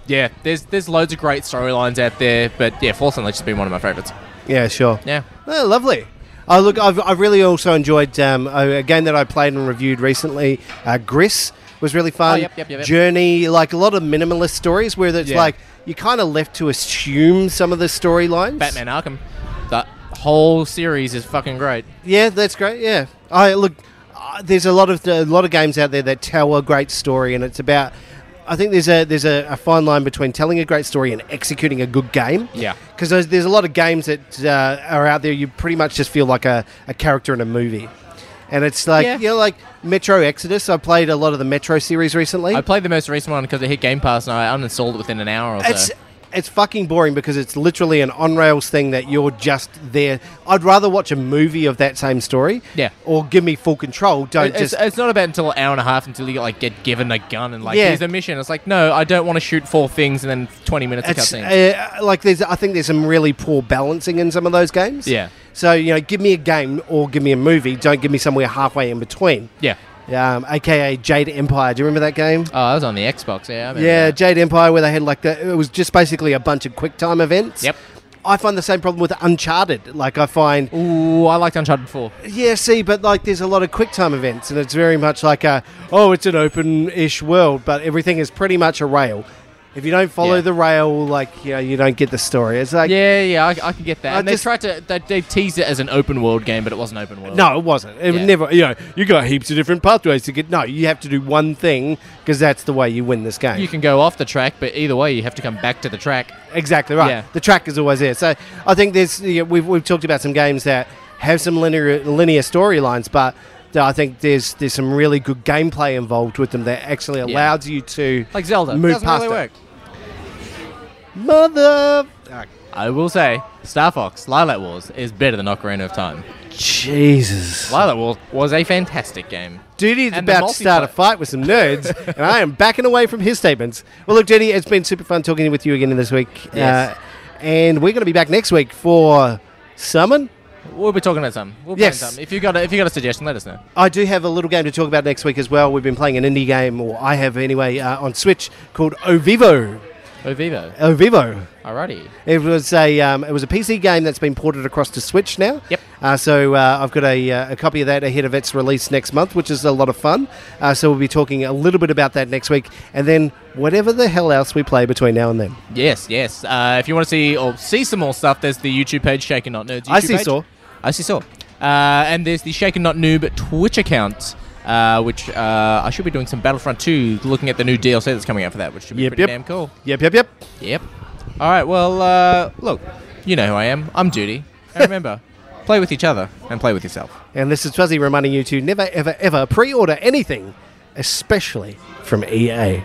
[SPEAKER 3] yeah, there's there's loads of great storylines out there, but yeah, Force Unleashed has been one of my favorites.
[SPEAKER 2] Yeah, sure.
[SPEAKER 3] Yeah.
[SPEAKER 2] Oh, lovely. Oh, look, I've, I really also enjoyed um, a, a game that I played and reviewed recently. Uh, Gris was really fun.
[SPEAKER 3] Oh, yep, yep, yep, yep.
[SPEAKER 2] Journey, like a lot of minimalist stories where it's
[SPEAKER 3] Yeah.
[SPEAKER 2] like you're kind of left to assume some of the storylines.
[SPEAKER 3] Batman Arkham. The whole series is fucking great.
[SPEAKER 2] Yeah, that's great. Yeah, I look. Uh, there's a lot of a lot of games out there that tell a great story, and it's about. I think there's a there's a, a fine line between telling a great story and executing a good game.
[SPEAKER 3] Yeah.
[SPEAKER 2] because there's, there's a lot of games that uh, are out there. You pretty much just feel like a, a character in a movie, and it's like
[SPEAKER 3] Yeah.
[SPEAKER 2] you know, like Metro Exodus. I played a lot of the Metro series recently.
[SPEAKER 3] I played the most recent one because it hit Game Pass and I uninstalled it within an hour or so.
[SPEAKER 2] It's it's fucking boring because it's literally an on rails thing that you're just there. I'd rather watch a movie of that same story.
[SPEAKER 3] Yeah.
[SPEAKER 2] Or give me full control. Don't
[SPEAKER 3] it's,
[SPEAKER 2] just.
[SPEAKER 3] it's not about until an hour and a half until you like get given a gun and like
[SPEAKER 2] Yeah.
[SPEAKER 3] here's a mission. It's like no, I don't want to shoot four things and then twenty minutes
[SPEAKER 2] It's,
[SPEAKER 3] of cutscenes.
[SPEAKER 2] uh, like there's. I think there's some really poor balancing in some of those games.
[SPEAKER 3] Yeah.
[SPEAKER 2] So you know, give me a game or give me a movie. Don't give me somewhere halfway in between.
[SPEAKER 3] yeah.
[SPEAKER 2] Um, AKA Jade Empire. Do you remember that game?
[SPEAKER 3] Oh, I was on the Xbox. Yeah. I remember
[SPEAKER 2] Yeah,
[SPEAKER 3] that.
[SPEAKER 2] Jade Empire, where they had like the, it was just basically a bunch of quick time events.
[SPEAKER 3] Yep.
[SPEAKER 2] I find the same problem with Uncharted. Like I find
[SPEAKER 3] Ooh, I liked Uncharted Four.
[SPEAKER 2] Yeah, see, but like there's a lot of quick time events, and it's very much like a oh, it's an open ish world, but everything is pretty much a rail. If you don't follow
[SPEAKER 3] Yeah.
[SPEAKER 2] the rail, like you know, you don't get the story. It's like
[SPEAKER 3] Yeah, yeah, I, I can get that.
[SPEAKER 2] I
[SPEAKER 3] and they
[SPEAKER 2] just-
[SPEAKER 3] tried to they, they teased it as an open world game, but it wasn't open world.
[SPEAKER 2] no, it wasn't. It was
[SPEAKER 3] Yeah.
[SPEAKER 2] never. You know, you got heaps of different pathways to get. No, you have to do one thing because that's the way you win this game.
[SPEAKER 3] You can go off the track, but either way, you have to come back to the track.
[SPEAKER 2] Exactly right.
[SPEAKER 3] Yeah.
[SPEAKER 2] The track is always there. So I think there's you know, we've, we've talked about some games that have some linear linear storylines, but th- I think there's there's some really good gameplay involved with them that actually allows you to
[SPEAKER 3] Like Zelda.
[SPEAKER 2] move
[SPEAKER 3] Doesn't
[SPEAKER 2] past
[SPEAKER 3] really
[SPEAKER 2] it.
[SPEAKER 3] work.
[SPEAKER 2] Mother,
[SPEAKER 3] I will say, Star Fox, Lilac Wars is better than Ocarina of Time.
[SPEAKER 2] Jesus,
[SPEAKER 3] Lilac Wars was a fantastic game.
[SPEAKER 2] Duty's
[SPEAKER 3] And the
[SPEAKER 2] about to start a
[SPEAKER 3] multiplayer.
[SPEAKER 2] fight with some nerds, and I am backing away from his statements. Well, look, Duty, it's been super fun talking with you again this week,
[SPEAKER 3] Yes.
[SPEAKER 2] uh, and we're going to be back next week for summon.
[SPEAKER 3] We'll be talking about something. We'll plan
[SPEAKER 2] Yes.
[SPEAKER 3] something. If you got a, if you got a suggestion, let us know.
[SPEAKER 2] I do have a little game to talk about next week as well. We've been playing an indie game, or I have anyway, uh, on Switch called Ovivo.
[SPEAKER 3] Oh, Vivo.
[SPEAKER 2] Ovivo.
[SPEAKER 3] Alrighty.
[SPEAKER 2] It was a um, it was a PC game that's been ported across to Switch now.
[SPEAKER 3] Yep.
[SPEAKER 2] Uh, so uh, I've got a, uh, a copy of that ahead of its release next month, which is a lot of fun. Uh, so we'll be talking a little bit about that next week, and then whatever the hell else we play between now and then.
[SPEAKER 3] Yes, yes. Uh, if you want to see or see some more stuff, there's the YouTube page Shaken Not Nerds. YouTube
[SPEAKER 2] I see
[SPEAKER 3] page.
[SPEAKER 2] saw.
[SPEAKER 3] I see saw. Uh, and there's the Shaken Not Noob Twitch account. Uh, which uh, I should be doing some Battlefront 2, looking at the new DLC that's coming out for that, which should be
[SPEAKER 2] Yep,
[SPEAKER 3] pretty
[SPEAKER 2] yep.
[SPEAKER 3] damn cool.
[SPEAKER 2] Yep, yep, yep.
[SPEAKER 3] Yep. All right. Well, uh, look, you know who I am. I'm Judy. And remember, play with each other and play with yourself.
[SPEAKER 2] And this is Fuzzy reminding you to never, ever, ever pre-order anything, especially from E EA.